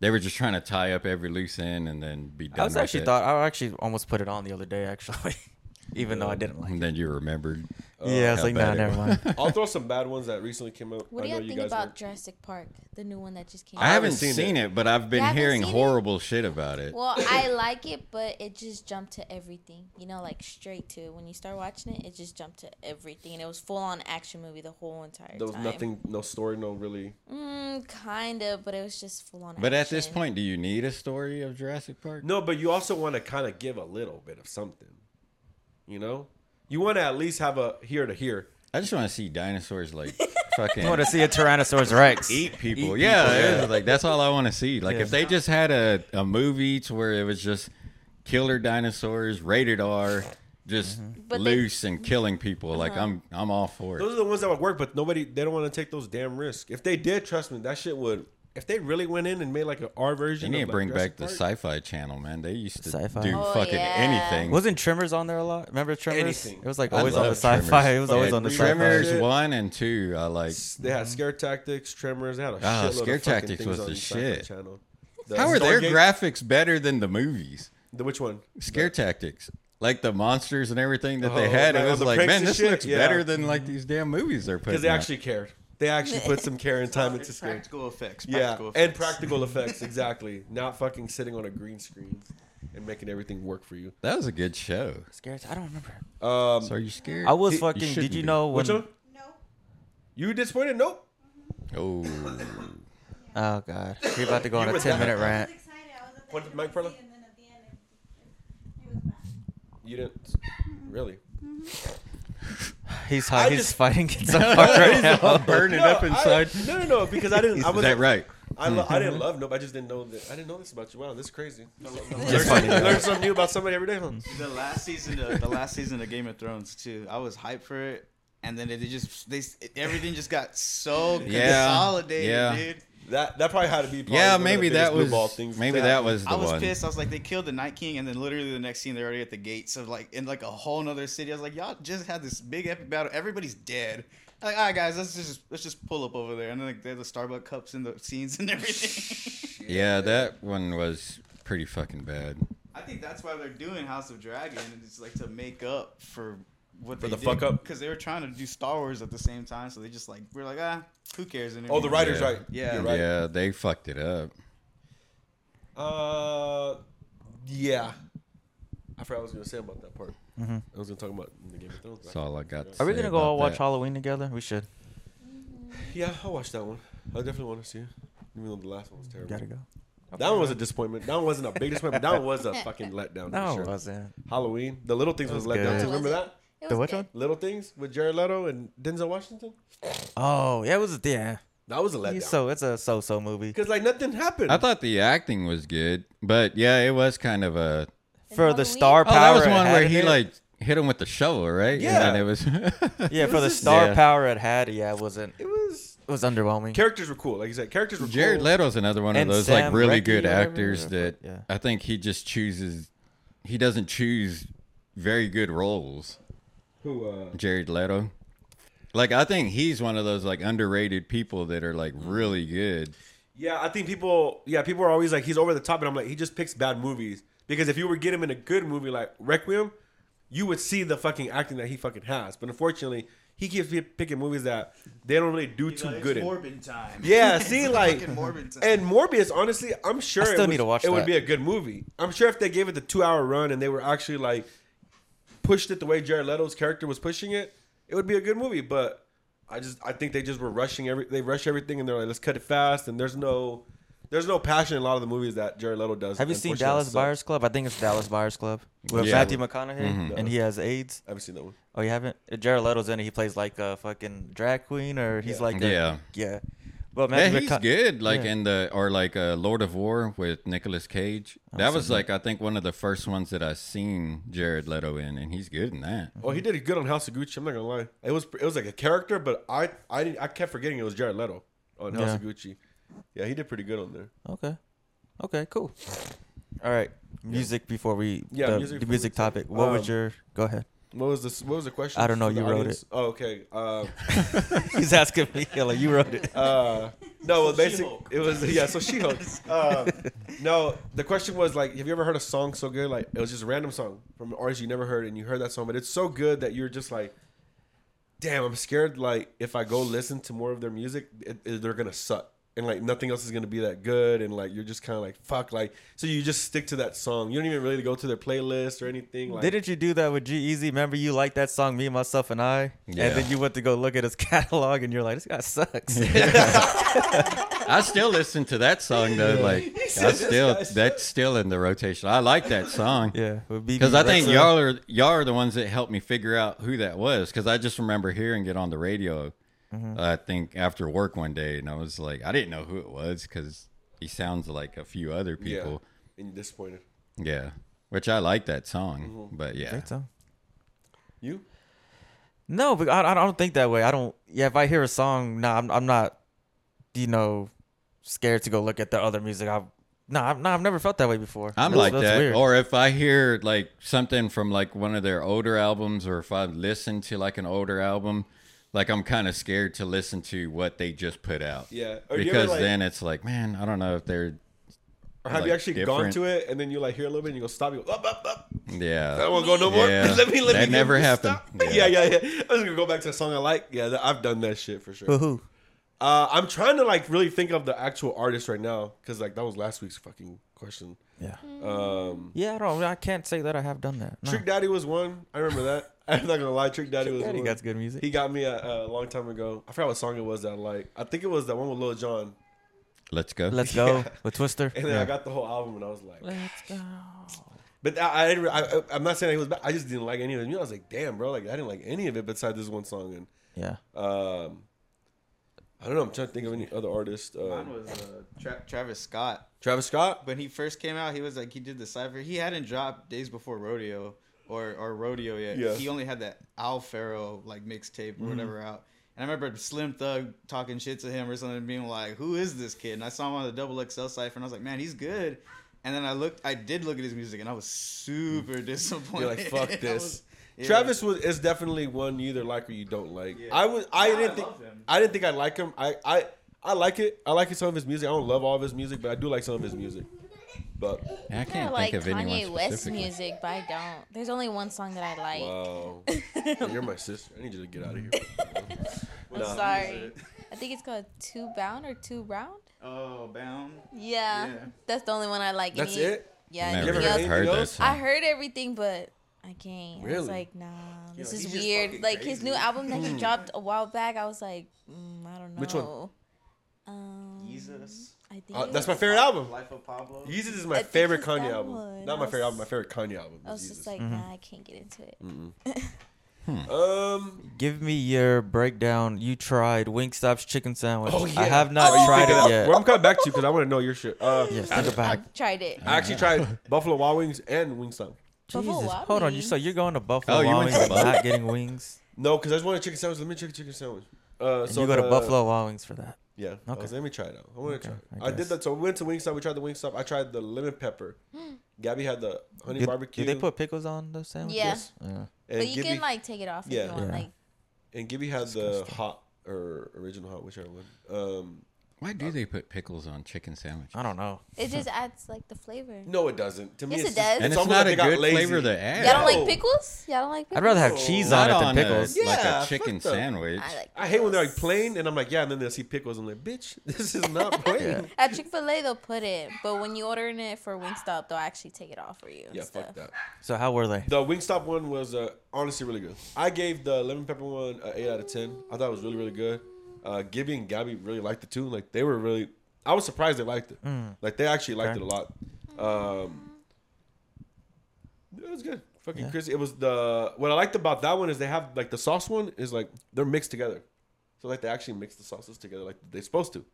they were just trying to tie up every loose end and then be done.
I was
with
actually
it.
thought I actually almost put it on the other day, actually, even though I didn't like.
And
it.
then you remembered.
yeah, I was
how
like, nah,
bad it
never [laughs]
[laughs]
mind.
I'll throw some bad ones that recently came out.
What do
I know
y'all
you
think
guys
about
won't.
Jurassic Park, the new one that just came
I
out?
haven't seen, it. but I've been
haven't
hearing
seen it?
horrible shit about it.
Well, I like it, but it just jumped to everything. You know, like straight to when you start watching it, it just jumped to everything, and it was full on action movie the whole entire
There was
time.
nothing, no story, no really.
Mm, kind of, but it was just full on.
but at this point, do you need a story of Jurassic Park?
No, but you also want to kind of give a little bit of something. You know, you want to at least have a here to here.
I just want to see
[laughs]
dinosaurs like fucking
You want to see a Tyrannosaurus [laughs] Rex?
eat people. yeah, it was like that's all I want to see. Like
Yeah.
if they just had a, a movie to where it was just killer dinosaurs, rated R, just
But they-
loose and killing people. Like
Uh-huh.
I'm I'm all for
Mm-hmm. Those
it.
are the ones that would work, but nobody they don't want to take those damn risks. If they did, trust me, that shit would. If they really went in and made like an R
They
version, of,
need to
like,
bring
Jurassic
back the
Park-
sci-fi channel, man. They used to
Sci-fi.
do
Oh,
fucking
yeah.
anything.
Wasn't Tremors on there a lot? Remember Tremors?
Anything.
It was like
I
always on the
love
sci-fi.
Tremors.
It was always on the
Yeah,
sci-fi.
Tremors one and two. I like.
They had scare tactics, tremors. They had a oh,
Ah,
shitload
Scare
of fucking
Tactics
things
was
on
the
Sci-Fi
shit.
Channel. The
How are their
Stargate-
graphics better than the movies?
The, which one?
Scare Tactics. Like the monsters and everything that
Oh,
they had,
like all
it was
the
like,
pranks
man,
and
this
shit?
looks
Yeah.
better than like these damn movies they're putting.
Because they
out.
actually cared. They actually put some care and time into
It's
Scare.
practical effects.
Yeah,
Practical
and
effects.
practical effects exactly. Not fucking sitting on a green screen and making everything work for you.
That was a good show.
Scared? I don't remember.
Um,
So are you scared?
I was
You
fucking.
shouldn't
Did you
be.
know when?
which one?
Nope.
You disappointed? Nope.
Oh,
[laughs]
Oh god, we about to go on
You
a
were
ten minute
that-
I
rant.
was excited. I was at the
Want
end
the mic,
of
Perla?
the sea, and then at the end, it, it was bad.
You didn't. Really?
He's
I
hot. He's
just-
fighting [laughs] against the fuck right
[laughs]
now.
burning
No, I- no, no, no. Because I didn't.
[laughs] Is
I was oh,
that right?
I, lo- I
Mm-hmm.
didn't love nope. I just didn't know that. I didn't know this about you. Wow, this is crazy. learn,
Just funny.
[laughs] learn something new about somebody every day. Huh?
the last season of the last season of Game of Thrones too. I was hyped for it, and then they just they everything just got so
Yeah.
consolidated,
Yeah.
dude.
That that probably had to be. Probably
Yeah,
one of the
maybe
biggest
that
blue
was
ball things
maybe
that
that was the
I was
one.
pissed. I was like, they killed the Night King, and then literally the next scene, they're already at the gates of like in like a whole nother city. I was like, y'all just had this big epic battle. Everybody's dead. I'm like, all right, guys, let's just let's just pull up over there, and then like they had the Starbucks cups and the [laughs] scenes and everything.
Yeah, that one was pretty fucking bad.
I think that's why they're doing House of Dragon. and It's like to make up for what
For the
they
fuck up?
because they were trying to do Star Wars at the same time. So they just like we're like ah, who cares anymore?
Oh, the writer's
Yeah.
right.
Yeah.
You're right.
Yeah, they fucked it up.
Uh, yeah. I forgot what I was gonna say about that part.
Mm-hmm.
I was gonna talk about the Game of Thrones.
That's all I got. To
Are we
say
gonna go
about
all watch
that.
Halloween together? We should.
Yeah, I'll watch that one. I definitely want to see it. Even though the last one was terrible.
Gotta go.
That one was a disappointment. That one wasn't a big disappointment. That one was a fucking letdown.
No,
for
it
sure.
wasn't.
Halloween. The little things was,
was
let down too.
good.
It
Remember
was-
that?
It
The
was
which
good.
one?
Little things with Jared Leto and Denzel Washington.
Oh, yeah, it was yeah.
That was a letdown.
It's so it's a so-so movie.
Because like nothing happened.
I thought the acting was good, but yeah, it was kind of a.
For the
Halloween.
star
Oh,
power,
that was
it
one
had
where
in
he
it.
like hit him with the shovel, right?
Yeah.
and it was. [laughs]
yeah, for the
was just-
star
Yeah.
power it had, yeah, it wasn't.
it was
It was underwhelming.
characters were cool. Like you said, characters were
Jared
cool.
Leto's another one
And
of those
Sam
like really
Raimi
good
or whatever.
actors that
Yeah.
I think he just chooses. He doesn't choose very good roles.
Who? Uh,
Jared Leto. Like I think he's one of those like underrated people that are like
Mm-hmm.
really good.
yeah, I think people. Yeah, people are always like he's over the top, and I'm like he just picks bad movies. Because if you were get him in a good movie like Requiem, you would see the fucking acting that he fucking has. But unfortunately, he keeps pi- picking movies that they don't really do
He's
too
like, "It's
good in.
Morbid time.
Yeah,
It's
see,
fucking
like,
Morbid time.
and Morbius, honestly, I'm sure
still
it, was-
need to watch
it would
that.
be a good movie. I'm sure if they gave it the two hour run and they were actually like pushed it the way Jared Leto's character was pushing it, it would be a good movie. But I just I think they just were rushing every they rush everything and they're like let's cut it fast and there's no there's no passion in a lot of the movies that Jared Leto does.
Have you seen
Unfortunately,
Dallas
so-
Buyers Club? I think it's Dallas Buyers Club with
Yeah. Mm-hmm.
Matthew McConaughey, and he has AIDS.
I haven't seen that one.
Oh, you haven't? Jared Leto's in it. He plays like a fucking drag queen, or he's
Yeah.
like a,
Yeah.
yeah. Well,
Yeah,
Matthew
he's
McCona-
good. Like
yeah.
in the or like uh, Lord of War with Nicolas Cage. That was like I think one of the first ones that I seen Jared Leto in, and he's good in that.
Oh, he did good on House of Gucci. I'm not gonna lie. It was it was like a character, but I I didn't- I kept forgetting it was Jared Leto on House
Yeah.
of Gucci. Yeah, he did pretty good on there.
Okay. Okay. Cool. All right. Music before we
Yeah,
the
music before
music, the
we
music
talk.
topic. What
Um,
was your? Go ahead. [laughs]
What was this? What was the question?
I don't know.
for the
You wrote
audience?
it.
Oh, okay. Uh,
He's asking me. yeah, Like you
[laughs]
wrote it.
uh, no, well, basically,
She-Hulk.
it was yeah. So she hulk um, No, the question was like, have you ever heard a song so good? Like it was just a random song from an artist you never heard, and you heard that song, but it's so good that you're just like, damn, I'm scared. Like if I go listen to more of their music, it, it- they're gonna suck, and like nothing else is gonna be that good, and like you're just kind of like fuck, like so you just stick to that song. You don't even really go to their playlist or anything. Like
Didn't you do that with G Easy? Remember you liked that song, Me, Myself, and I?
Yeah.
And then you went to go look at his [laughs] catalog and you're like, this
[laughs]
guy sucks.
I still listen to that
[laughs]
song though. Like I still that's still in the rotation. I like that song.
[laughs] yeah. with BB
Because I think
Rexa.
y'all are y'all are the ones that helped me figure out who that was. Because I just remember hearing it on the radio.
Mm-hmm.
I think after work one day, and I was like, I didn't know who it was because he sounds like a few other
yeah,
people.
and you're disappointed.
Yeah, which I like that song,
Mm-hmm.
but yeah,
Great song.
You?
No, but I, I don't think that way. I don't. Yeah, if I hear a song, nah, I'm, I'm not, you know, scared to go look at the other music. I've, nah, I've, nah, I've never felt that way before.
I'm
That's-
like
that's
that.
weird.
Or if I hear like something from like one of their older albums, or if I listen to like an older album, like I'm kind of scared to listen to what they just put out.
Yeah. Or do you ever,
because
like-
then it's like, man, I don't know if they're
Or have
like,
you actually gone
different.
to it and then you like hear a little bit and you go stop, you go up, up, up.
yeah.
I won't go no more.
Yeah.
[laughs] let me let
That
me
never
go-
happened.
stop. [laughs] Yeah. yeah, yeah, I'm just gonna go back to a song I like. Yeah, that, I've done that shit for
[laughs]
sure.
Who?
Uh, I'm trying to like really think of the actual artist right now because like that was last week's fucking question.
Yeah.
Um,
Yeah, I don't. I can't say that I have done that. No.
Trick Daddy was one. I remember that. [laughs] I'm not gonna lie, Trick Daddy was
Daddy
one.
got good music.
He got me a, a long time ago. I forgot what song it was that I like. I think it was that one with Lil Jon.
Let's go.
Let's go
Yeah.
with Twister.
And then I
Yeah.
got the whole album and I was like,
Let's go.
But I, I, didn't, re- I, I- I'm not saying it was bad. I just didn't like any of it. You know, I was like, damn, bro, like I didn't like any of it besides this one song. And
Yeah.
um, I don't know. I'm trying to think of any other artist. Uh,
Mine was uh, Tra- Travis Scott.
Travis Scott.
when he first came out, he was like he did the cipher. He hadn't dropped Days Before Rodeo or or Rodeo yet.
Yeah. Mm-hmm.
He only had that Al Faro like mixtape or whatever out. And I remember Slim Thug talking shit to him or something, being like, "Who is this kid?" And I saw him on the Double XL cipher, and I was like, "Man, he's good." And then I looked, I did look at his music, and I was super disappointed.
Mm. You're like, fuck
[laughs] I
this.
was- yeah.
Travis was is definitely one you either like or you don't like.
Yeah.
I was I
Nah, I
didn't think
love him.
I didn't think I like him. I I I like it. I like some of his music. I don't love all of his music, but I do like some of his music. But
I
I
can't
like
think of
Kanye
anyone
West
specifically.
music, but I don't. There's only one song that I like. [laughs]
wow, you're my sister. I need you to get out of here.
I'm sorry. I think it's called Two Bound or Two Round.
Oh, bound.
Yeah,
Yeah.
that's the only one I like.
That's
Any-
it?
Yeah.
Never
anything
heard
else-
anything
heard that
else?
song.
I heard everything, but I can't. I
Really? Hmm.
was like, nah, this
he's
is
just
weird.
fucking
Like his new
crazy.
album that he dropped a while back, I was like, mm, I don't know.
Which one?
Um,
Jesus.
I think
Uh,
it
that's my
was-
favorite album.
Life of Pablo.
Yeezus is
I
my
think
favorite
it's that
Kanye album.
one.
Not
I
my favorite
was-
album. My favorite Kanye album.
I was
is
just
Yeezus.
like, nah, I can't get into it.
Mm. um,
Give me your breakdown. You tried Wingstop's chicken sandwich.
Oh,
I
yeah.
have not tried it yet.
well, I'm coming back to you because I want to know your shit. Uh,
Yes, think about it.
Tried it.
I actually tried Buffalo Wild Wings and Wingstop.
Buffalo
Jesus,
Wild
hold on. You
Wings.
so you're going to Buffalo
Oh, you
Wild
went to
Wings and
Buffalo.
not getting wings.
No, because I just wanted a chicken sandwich. Let me check a chicken sandwich. Uh,
And
so
you go to
the-
Buffalo Wild Wings for that.
Yeah. I
Okay.
was, let me try it out. I want
Okay,
to try. It.
I
I, did
guess.
that. So we went to Wingstop. We tried the Wingstop. I tried the lemon
[gasps]
pepper. Gabby had the honey
Did-
barbecue.
Did they put pickles on those sandwiches?
Yeah.
Yes.
Yeah.
and
But you
Gibby,
can like take it off if
Yeah.
you want.
Yeah.
Like
and Gibby had the hot or original hot, whichever one. Um,
Why do they put pickles on chicken sandwiches?
I don't know.
it just adds like the flavor.
no, it doesn't. To me,
Yes,
it's
it
just-
does.
and it's,
almost like
not a
they got
good
lazy.
flavor to add.
Y'all don't
No.
like pickles? Y'all don't like pickles?
I'd rather have
Pickles.
cheese on
Not
it
on,
than
a-
pickles.
like
Yeah,
a
fuck
chicken
that.
sandwich.
I like
I hate when they're like
pickles.
plain, and I'm like, yeah, and then they'll see pickles. I'm like, bitch, [laughs] this is
[laughs]
not plain. yeah,
At Chick Fil A, they'll put it, but when you ordering it for Wingstop, they'll actually take it off for you. and
fuck
stuff.
that.
So how were they?
The Wingstop one was uh, honestly really good. I gave the lemon pepper one a eight out of ten. I thought it was really really good. Uh, Gibby and Gabby really liked it too. Like they were really, I was surprised they liked it. Like they actually liked
Okay.
it a lot. Um, it was good. Fucking
Yeah.
crispy. It was the what I liked about that one is they have like the sauce one is like they're mixed together, so like they actually mix the sauces together like they're supposed to.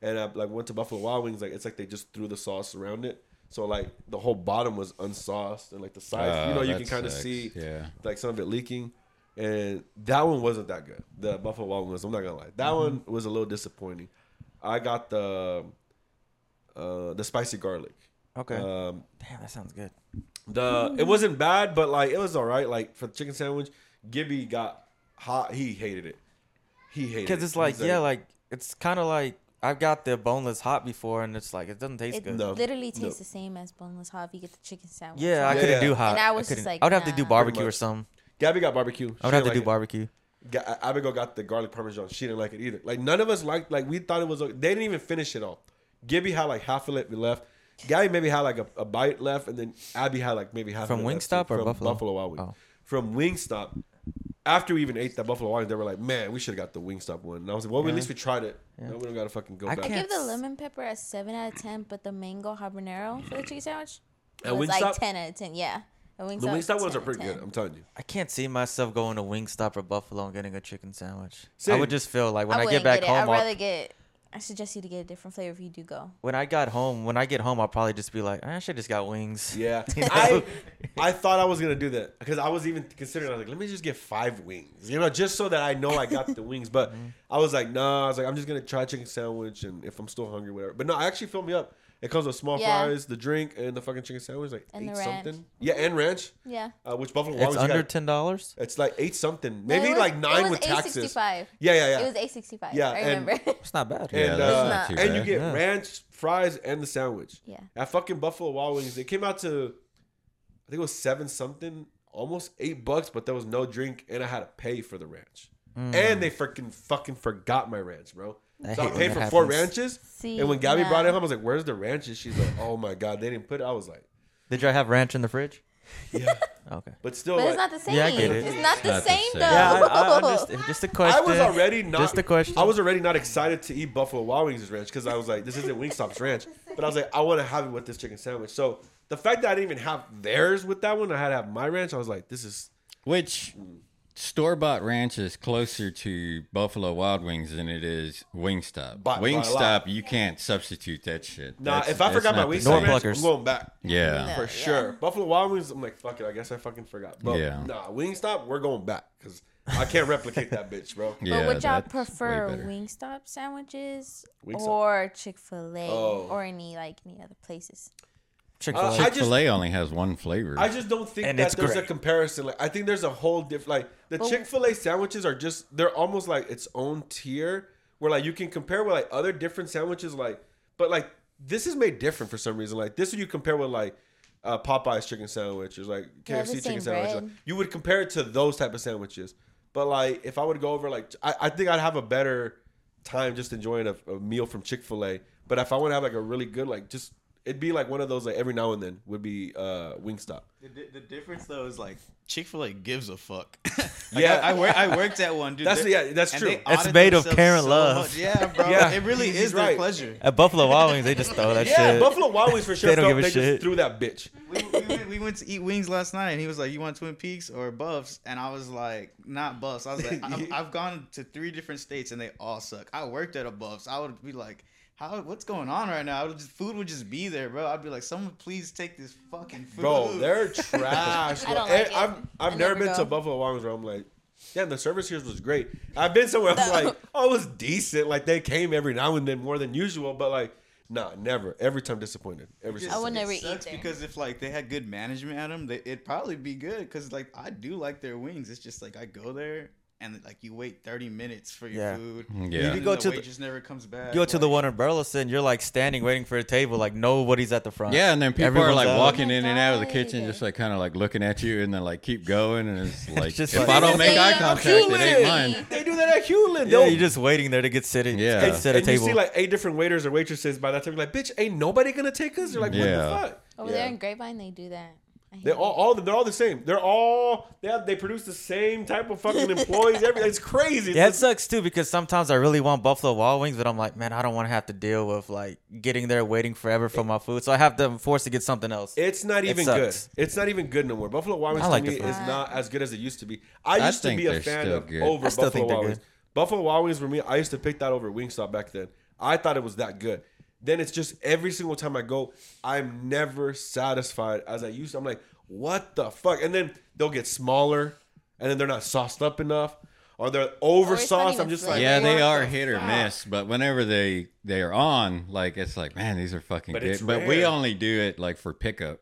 And I like went to Buffalo Wild Wings like it's like they just threw the sauce around it, so like the whole bottom was unsauced and like the sides you
Oh,
know you
that
can kind of
sucks.
see
Yeah.
like some of it leaking. And that one wasn't that good. The Buffalo Wild Wings, I'm not gonna lie. That
Mm-hmm.
one was a little disappointing. I got the uh the spicy garlic.
Okay.
Um
Damn, that sounds good. Oh,
the it wasn't bad, but like it was all right. Like for the chicken sandwich, Gibby got hot. He hated it. He hated it
Because it's
He's
like, yeah, like it's kind of like I've got the boneless hot before, and it's like it doesn't taste
It
good.
No.
literally tastes
No.
the same as boneless hot if you get the chicken sandwich.
Yeah, I
Like,
couldn't
Yeah.
do hot.
And I was just
couldn't-
like,
I would have to do
nah.
barbecue
Pretty
or
much.
something.
Gabby got barbecue.
I would have to do barbecue.
barbecue. Abigail got the garlic parmesan. She didn't like it either. Like none of us liked. Like we thought it was. They didn't even finish it all. Gibby had like half of it left. Gabby maybe had like a, a bite left, and then Abby had like maybe half.
From
of it left,
Wingstop
too.
or
from
Buffalo?
Buffalo Wild Wings.
Oh.
From Wingstop. After we even ate that Buffalo Wild, Wings, they were like, "Man, we should have got the Wingstop one." And I was like, "Well, at least we tried it. No, we don't gotta fucking go
I
back."
I give the
Yes.
lemon pepper a seven out of ten, but the mango habanero for the chicken sandwich
At
was like
Wingstop?
ten out of ten. Yeah, At
The Wingstop ones
10
are
out of
pretty
10.
good. I'm telling you.
I can't see myself going to Wingstop or Buffalo and getting a chicken sandwich. I
Same.
would just feel like when I, get
wouldn't
back
it.
home,
I'd
I'll-
rather get. I suggest you to get a different flavor if you do go.
when I got home, when I get home, I'll probably just be like, "Ah, I should just got wings. [laughs]
Yeah,
You know?
I I thought I was gonna do that because I was even considering. I was like, let me just get five wings, you know, just so that I know I got the [laughs] wings. But I was like, nah. I was like, I'm just gonna try chicken sandwich, and if I'm still hungry, whatever. But no, I actually filled me up. It comes with small
Yeah.
fries, the drink, and the fucking chicken sandwich. Like
And the
eight
ranch.
something. Yeah, and ranch,
Yeah.
uh, which Buffalo Wild
it's
Wings
under
got-
ten dollars.
It's like eight something,
No,
maybe
it was-
like
it
nine
was
with taxes. Yeah,
865.
yeah, yeah.
It was eight sixty five.
Yeah,
I
and-
remember. [laughs]
It's not bad.
and
that's
uh,
not
too
and you
bad.
get
Yeah.
ranch, fries, and the sandwich.
Yeah.
At fucking Buffalo Wild Wings, they came out to, I think it was seven something, almost eight bucks, but there was no drink, and I had to pay for the ranch. And they freaking fucking forgot my ranch, bro.
I
so I
hate when
paid for
Mm. that
four
happens.
ranches,
See,
and when Gabby
nah.
brought it home, I was like, "Where's the ranches?" She's like, "Oh my god, they didn't put it." I was
[laughs]
like,
Did you have ranch in the fridge?
"Yeah,"
Okay.
but still,
But
like,
it's not the same.
Yeah, I get it.
It's not the
Not the
same
same.
though.
Yeah, I, I understand. [laughs] Just a
I
question.
was already not
Just a question.
I was already not excited to eat Buffalo Wild Wings' ranch because I was like, this isn't Wingstop's ranch. But I was like, I want to have it with this chicken sandwich. So the fact that I didn't even have theirs with that one, I had to have my ranch. I was like, this is
Which store bought ranch is closer to Buffalo Wild Wings than it is Wingstop.
By- by a
Wingstop,
lot.
you can't substitute that shit.
nah.
That's-
if I
that's
forgot my
not the
Wingstop
same.
North
ranch,
Pluckers.
I'm going back
Yeah.
No.
for
Yeah.
sure. Buffalo Wild Wings, I'm like, fuck it. I guess I fucking forgot. But
Yeah.
nah, Wingstop, we're going back because I can't replicate that bitch, bro.
[laughs]
But
Yeah,
would y'all
that's way
prefer
better.
Wingstop sandwiches
Wingstop.
or Chick Fil A
Oh.
or any like any other places?
Chick-fil-A.
Uh, I just-
Chick-fil-A only has one flavor.
I just don't think
And
that
it's
there's a
great.
comparison. Like I think there's a whole different like the
But-
Chick Fil A sandwiches are just they're almost like its own tier where like you can compare with like other different sandwiches like but like this is made different for some reason like this you compare with like uh, Popeye's chicken sandwich or like
They have
KFC
the
chicken
same
sandwich
bread.
Like, you would compare it to those type of sandwiches but like if I would go over like I, I think I'd have a better time just enjoying a, a meal from Chick Fil A but if I want to have like a really good like just It'd be like one of those like every now and then would be uh Wingstop.
The, di- the difference though is like Chick Fil A gives a fuck. [laughs]
Yeah.
yeah, I, I, wor- I worked at one. Dude,
That's-
They-
yeah, that's
and
true.
they
It's
audit
made of
themselves
care and
so
love.
much. [laughs] Yeah, bro.
Yeah.
It really
He's
is their
right.
pleasure.
At Buffalo Wild Wings, they just throw that
Yeah,
shit.
Buffalo Wild [laughs] Wings for sure.
They don't
felt-
give a
they
shit.
just threw that bitch.
we, we, went, we went to eat wings last night, and he was like, "You want Twin Peaks or Buffs?" And I was like, "Not Buffs." I was like,
[laughs]
I've, "I've gone to three different states, and they all suck." I worked at a Buffs. I would be like, "How? What's going on right now?" I would just, food would just be there, bro. I'd be like, "Someone please take this fucking food."
Bro,
[laughs]
they're trash.
I don't
bro.
like it.
I've I've
I
never
never
been to
go.
Buffalo Wild Wings where I'm like, damn, the service here was great. I've been somewhere I'm like, oh, it was decent. Like they came every now and then more than usual, but like, nah, never. Every time disappointed. Every
It
single
I
time.
would never
it
eat
sucks
there.
because if like they had good management at them, they, it'd probably be good. Because like I do like their wings. It's just like I go there and like you wait thirty minutes for your
Yeah.
food.
Yeah.
and
You
then
could go
the
to the-
waitress never comes back.
You go to the
like-
one in Burleson, you're like standing waiting for a table, like nobody's at the front.
Yeah, and then people are
Everyone's
like
out.
walking
Oh my
in and out of the
God.
kitchen, just like kind of like looking at you, and then like keep going, and it's like
just
if
like-
I don't make eye
Yeah.
contact,
Human.
it ain't mine.
They do that at Hewlin.
Yeah,
They'll-
you're just waiting there to get seated.
Yeah.
get set a
and you
table.
see like eight different waiters or waitresses. By that time, you're like, bitch, ain't nobody gonna take us. You're like,
Yeah.
what the fuck?
Over
Yeah.
there in Grapevine, they do that. I hate
They all,
it.
all they're all the same. They're all they have, they produce the same type of fucking employees. Everything it's crazy.
yeah, it
It's like-
sucks too because sometimes I really want Buffalo Wild Wings, but I'm like, man, I don't want to have to deal with like getting there waiting forever for my food, so I have to I'm forced to get something else.
it's not
It
even good.
sucks.
It's not even good no more. Buffalo Wild Wings
I
to
like
me
the food.
is not as good as it used to be. I
I
used to
think
be a
they're
fan
still
of
good.
over
I still
Buffalo
think they're
Wild Wings.
good.
Buffalo Wild Wings for me, I used to pick that over Wingstop back then. I thought it was that good. Then it's just every single time I go, I'm never satisfied as I used to. I'm like, what the fuck? And then they'll get smaller, and then they're not sauced up enough, or they're over
it's not
sauced.
even
I'm just
flavored.
like,
Yeah, they
what
are
the
hit or
fuck?
miss, but whenever they they are on, like it's like, man, these are fucking
But
good.
it's
But we
rare.
only do it like for pickup.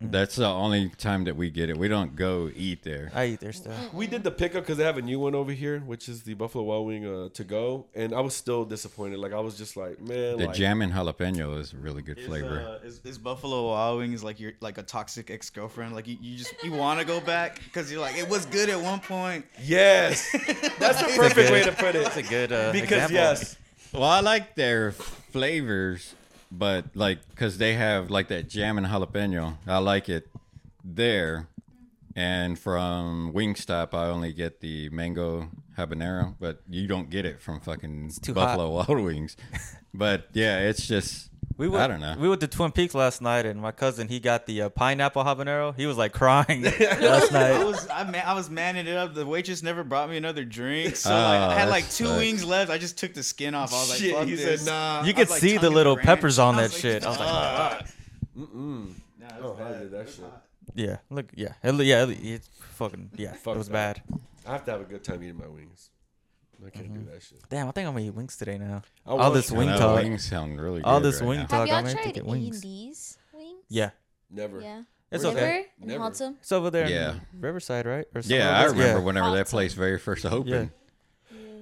That's the only time that we get it. We don't go eat there.
I eat there still.
We did the pickup because they have a new one over here, which is the Buffalo Wild Wing uh, to go, and I was still disappointed. Like I was just like, man,
The
like,
jam and jalapeno is a really good
Is,
flavor.
uh, is, is Buffalo Wild Wings like your like a toxic ex girlfriend? Like you, you just you want to go back because you're like it was good at one point.
yes, that's
[laughs]
the perfect
good-
way to put it.
That's a good uh,
[laughs] Because
example.
yes,
Well, I like their flavors, but like because they have like that jam and jalapeno. I like it there, and from Wingstop, I only get the mango habanero, but you don't get it from fucking
too
Buffalo Wild Wings.
[laughs]
But yeah, it's just
We went,
I don't know.
We went to Twin Peaks last night, and my cousin he got the uh, pineapple habanero. He was like
[laughs]
crying last
[laughs] I
night.
was I, man, I was manning it up. The waitress never brought me another drink, so
Oh,
like, I
Ah,
had
that
like two
sucks.
wings left. I just took the skin off. I was like,
shit.
fuck
he
this.
said, nah.
You
I
could
was, like,
see the
tongue in
little
ranch.
peppers on
I
that
was like,
shit. I was like,
Mm-mm.
Nah, it
Oh,
was
I
bad.
did that shit.
yeah, look, yeah, it, look- yeah, it, it's fucking yeah,
Fuck
it was
that.
bad.
I have to have a good time eating my wings. I can't
Mm-hmm.
do that shit.
Damn, I think I'm gonna eat wings today now.
I
All
want
this
to.
wing
I know,
talk.
uh, wings sound really
All
good
this
right
wing
now.
talk.
Have
I'm
y'all
gonna have to
tried E
get
eating
wings.
these wings?
Yeah,
Never.
Yeah.
it's
Really?
okay.
Never? In
Never.
Haltom?
It's over there.
Yeah.
in Riverside, right? Or somewhere
Yeah, I
else?
remember
Yeah.
whenever that place very first opened.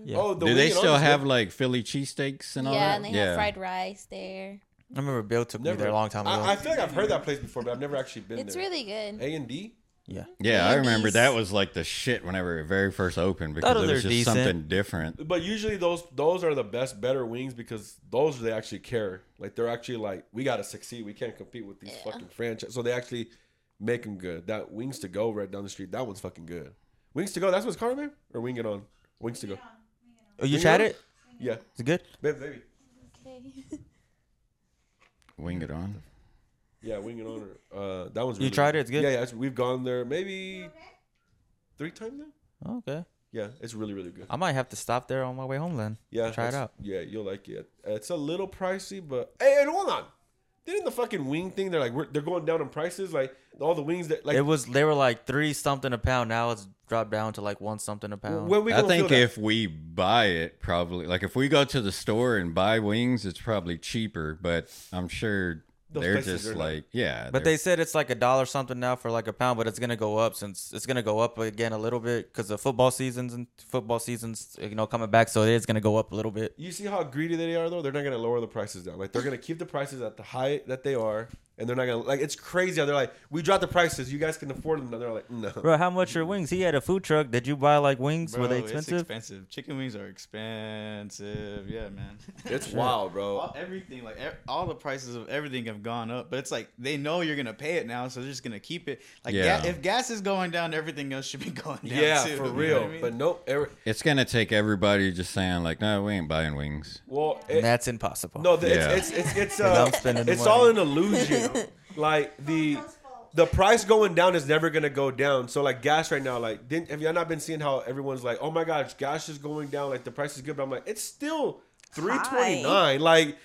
yeah.
Oh, the
Do
wing
they
and all
still
this
have
good-
like Philly cheesesteaks and all
yeah,
that?
and they have fried rice there.
I remember Bill took me there a long time ago.
I, I feel like I've heard that place before, but I've never actually been
It's
there.
really good.
A and D.
yeah.
Yeah, I remember
Wendy's.
that was like the shit whenever it very first opened because
Thought
it
they
was
were
just
decent.
something different.
But usually those those are the best, better wings because those they actually care. Like they're actually like we gotta succeed. We can't compete with these fucking franchises. So they actually make them good. That wings to go right down the street. That one's fucking good. Wings to go. That's what's called, man. Or wing it on. Wings to go.
Oh, you
Wing
tried
It On?
it?
Yeah,
It's good.
baby, baby.
Okay.
Wing it on.
Yeah, wing it on. Or, uh, that one's.
You
Really
tried
good.
it? It's good?
Yeah, yeah. It's, we've gone there maybe three times now.
Oh, okay.
Yeah, it's really really good.
I might have to stop there on my way home then.
Yeah,
Try it
that's-
out.
Yeah, you'll like it. It's a little pricey, but hey, and hold on. Didn't the fucking wing thing? They're like we're, they're going down in prices. Like all the wings that like
it was they were like three something a pound. Now it's dropped down to like one something a pound.
when we
I
gonna feel
think
that?
if we buy it, probably like if we go to the store and buy wings, it's probably cheaper. But I'm sure
Those
they're
places
just
are not-
like yeah.
but they
they're-
said it's like a dollar something now for like a pound, but it's gonna go up since it's gonna go up again a little bit because the football seasons and football seasons you know coming back, so it is gonna go up a little bit.
you see how greedy they are though, they're not gonna lower the prices down. Like they're gonna keep the prices at the height that they are, and they're not gonna like. It's crazy. how They're like, we dropped the prices. You guys can afford them. And they're like, no.
Bro, how much are wings? He had a food truck. Did you buy like wings? Were they
Bro, it's
expensive?
expensive. Chicken wings are expensive. Yeah, man. [laughs]
It's wild, bro.
all, everything like e- all the prices of everything have gone up but it's like they know you're gonna pay it now so they're just gonna keep it like
Yeah.
yeah. if gas is going down everything else should be [laughs] going down
Yeah,
too,
for
you know
real.
what I mean?
But nope. Every,
It's gonna take everybody just saying like, no, we ain't buying wings.
well, it-
And that's impossible.
no, the,
Yeah.
it's, it's it's it's uh,
I'm spending the
it's
money.
all an
[laughs]
illusion. like the the price going down is never gonna go down. So like gas right now, like didn't, have y'all not been seeing how everyone's like, oh my gosh, gas is going down. Like the price is good, but I'm like, it's still three twenty nine. Like.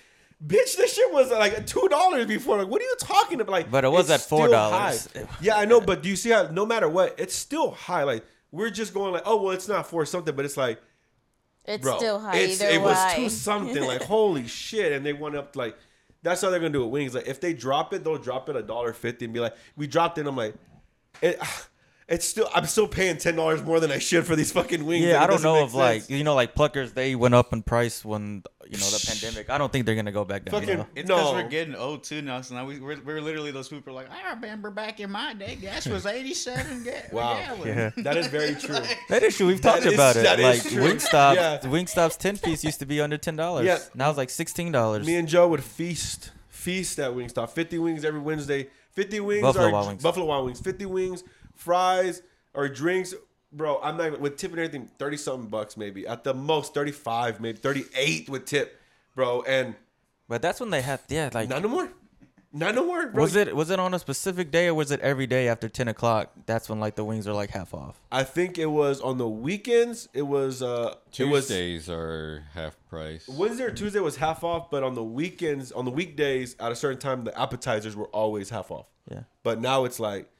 Bitch, this shit was like two dollars before. Like, what are you talking about? Like,
But it was
it's
at
still
$4.
high. Yeah, I know, but do you see how? No matter what, it's still high. Like, we're just going like, oh well, it's not for something, but it's like
It's
bro.
still high
it's-
either
it was
way.
two
[laughs]
something. Like holy shit! And they went up like that's how they're gonna do it. Wings like if they drop it, they'll drop it a dollar fifty and be like, we dropped it. And I'm like, it, [sighs] it's still I'm still paying ten dollars more than I should for these fucking wings.
Yeah,
Like, it
I don't
doesn't
know
make
if like
sense.
you know like pluckers they went up in price when you know the pandemic. I don't think they're gonna go back down. You
Fucking-
know?
it's because
No.
we're getting old too now. So now we, we're, we're literally those people are like, I remember back in my day, gas was 87 ga-
Wow.
gallon.
Yeah.
that is very
[laughs]
true.
That issue we've talked
is-
about it.
that
Like
is true.
Wingstop,
Yeah.
Wingstop's ten piece used to be under ten dollars.
Yeah.
now it's like sixteen dollars.
Me and Joe would feast feast at Wingstop. Fifty wings every Wednesday. Fifty wings
Buffalo
are
Wild Wings.
Buffalo Wild Wings. Fifty wings, fries or drinks. Bro, I'm not even with tip and everything. Thirty something bucks maybe at the most. Thirty five maybe. Thirty eight with tip, bro. And
But that's when they had yeah like
not no more. Not no more. Bro.
was it was it on a specific day or was it every day after ten o'clock? That's when like the wings are like half off.
I think it was on the weekends. It was uh. It was
Tuesdays are half price.
Wednesday or Tuesday was half off, but on the weekends, on the weekdays, at a certain time, the appetizers were always half off.
Yeah,
But now it's like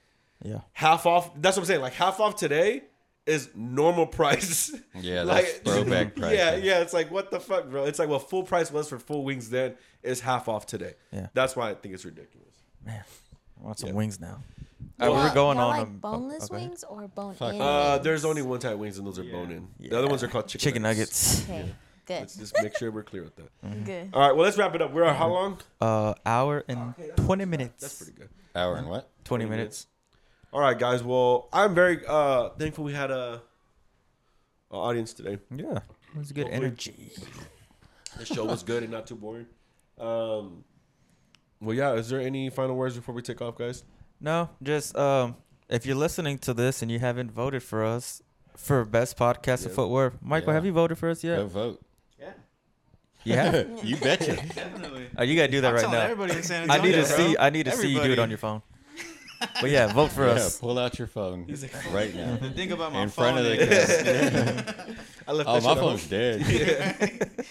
yeah.
half off. That's what I'm saying. Like half off today is normal price. [laughs]
Yeah, that's throwback price.
Yeah, yeah. It's like what the fuck, bro. It's like what full price was for full wings then is half off today.
Yeah.
That's why I think it's ridiculous.
I want some
Yeah.
wings now.
Well,
All right, we're going
Y'all
on
like
a-
boneless
okay.
wings or bone
Fuck.
in?
Uh,
wings?
there's only one type of wings, and those are bone in. The other ones are called chicken,
chicken nuggets.
Okay, good,
Let's just make sure we're clear with that.
Mm-hmm.
good.
All right, well, let's wrap it up. We're at how long?
Uh, hour and twenty minutes.
That's pretty good.
Hour and what?
Twenty
20
minutes.
All right, guys. Well, I'm very uh, thankful we had a, a audience today.
Yeah, it was good
Hopefully-
energy.
The show was good and not too boring. Um, well, yeah. Is there any final words before we take off, guys?
No, just um, if you're listening to this and you haven't voted for us for best podcast of
Yeah.
footwear, Michael,
Yeah.
have you voted for us
Go
[laughs]
yet?
vote.
Yeah,
You
[laughs]
have.
you betcha.
definitely.
Oh, you gotta do that
I'm
right
telling
now.
everybody in San
I need
Antonio,
to see.
bro.
I need to see you do it
Everybody.
on your phone. But yeah, vote for
Yeah, [laughs]
us.
pull out your phone right
[laughs]
now.
The thing about my
In
phone
front of the
is-
kids.
I left
Oh,
that
my
shit at home.
phone's
[laughs]
dead.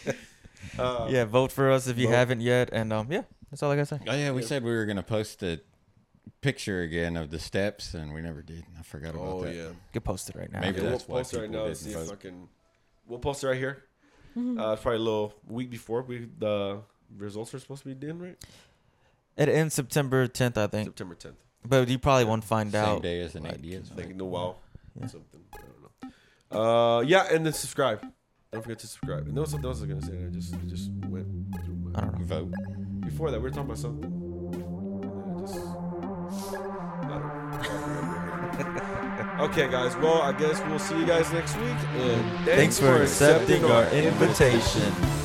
Uh,
Yeah, vote for us if you
Vote.
haven't yet. And um, yeah, that's all I gotta say.
Oh yeah, we said we were gonna post the picture again of the steps, and we never did. I forgot about
Oh
that.
yeah.
Get posted right now.
Maybe
Yeah, we'll
that's why
post it right
people
now.
didn't
See if
vote.
I can. We'll post it right here. Uh, it's probably a little week before we the results are supposed to be in, right?
It ends September 10th, I think.
September 10th.
But you probably won't find
Same
out.
day as an
like,
idea.
I think in a while. Something. I don't know. Uh, yeah, and then subscribe. Don't forget to subscribe. And there was something else I was gonna say. And I just it just went through my.
I don't know.
Vote.
Before that, we were talking about something. And I just- I don't- okay, guys. Well, I guess we'll see you guys next week. And
Thanks for accepting our invitation.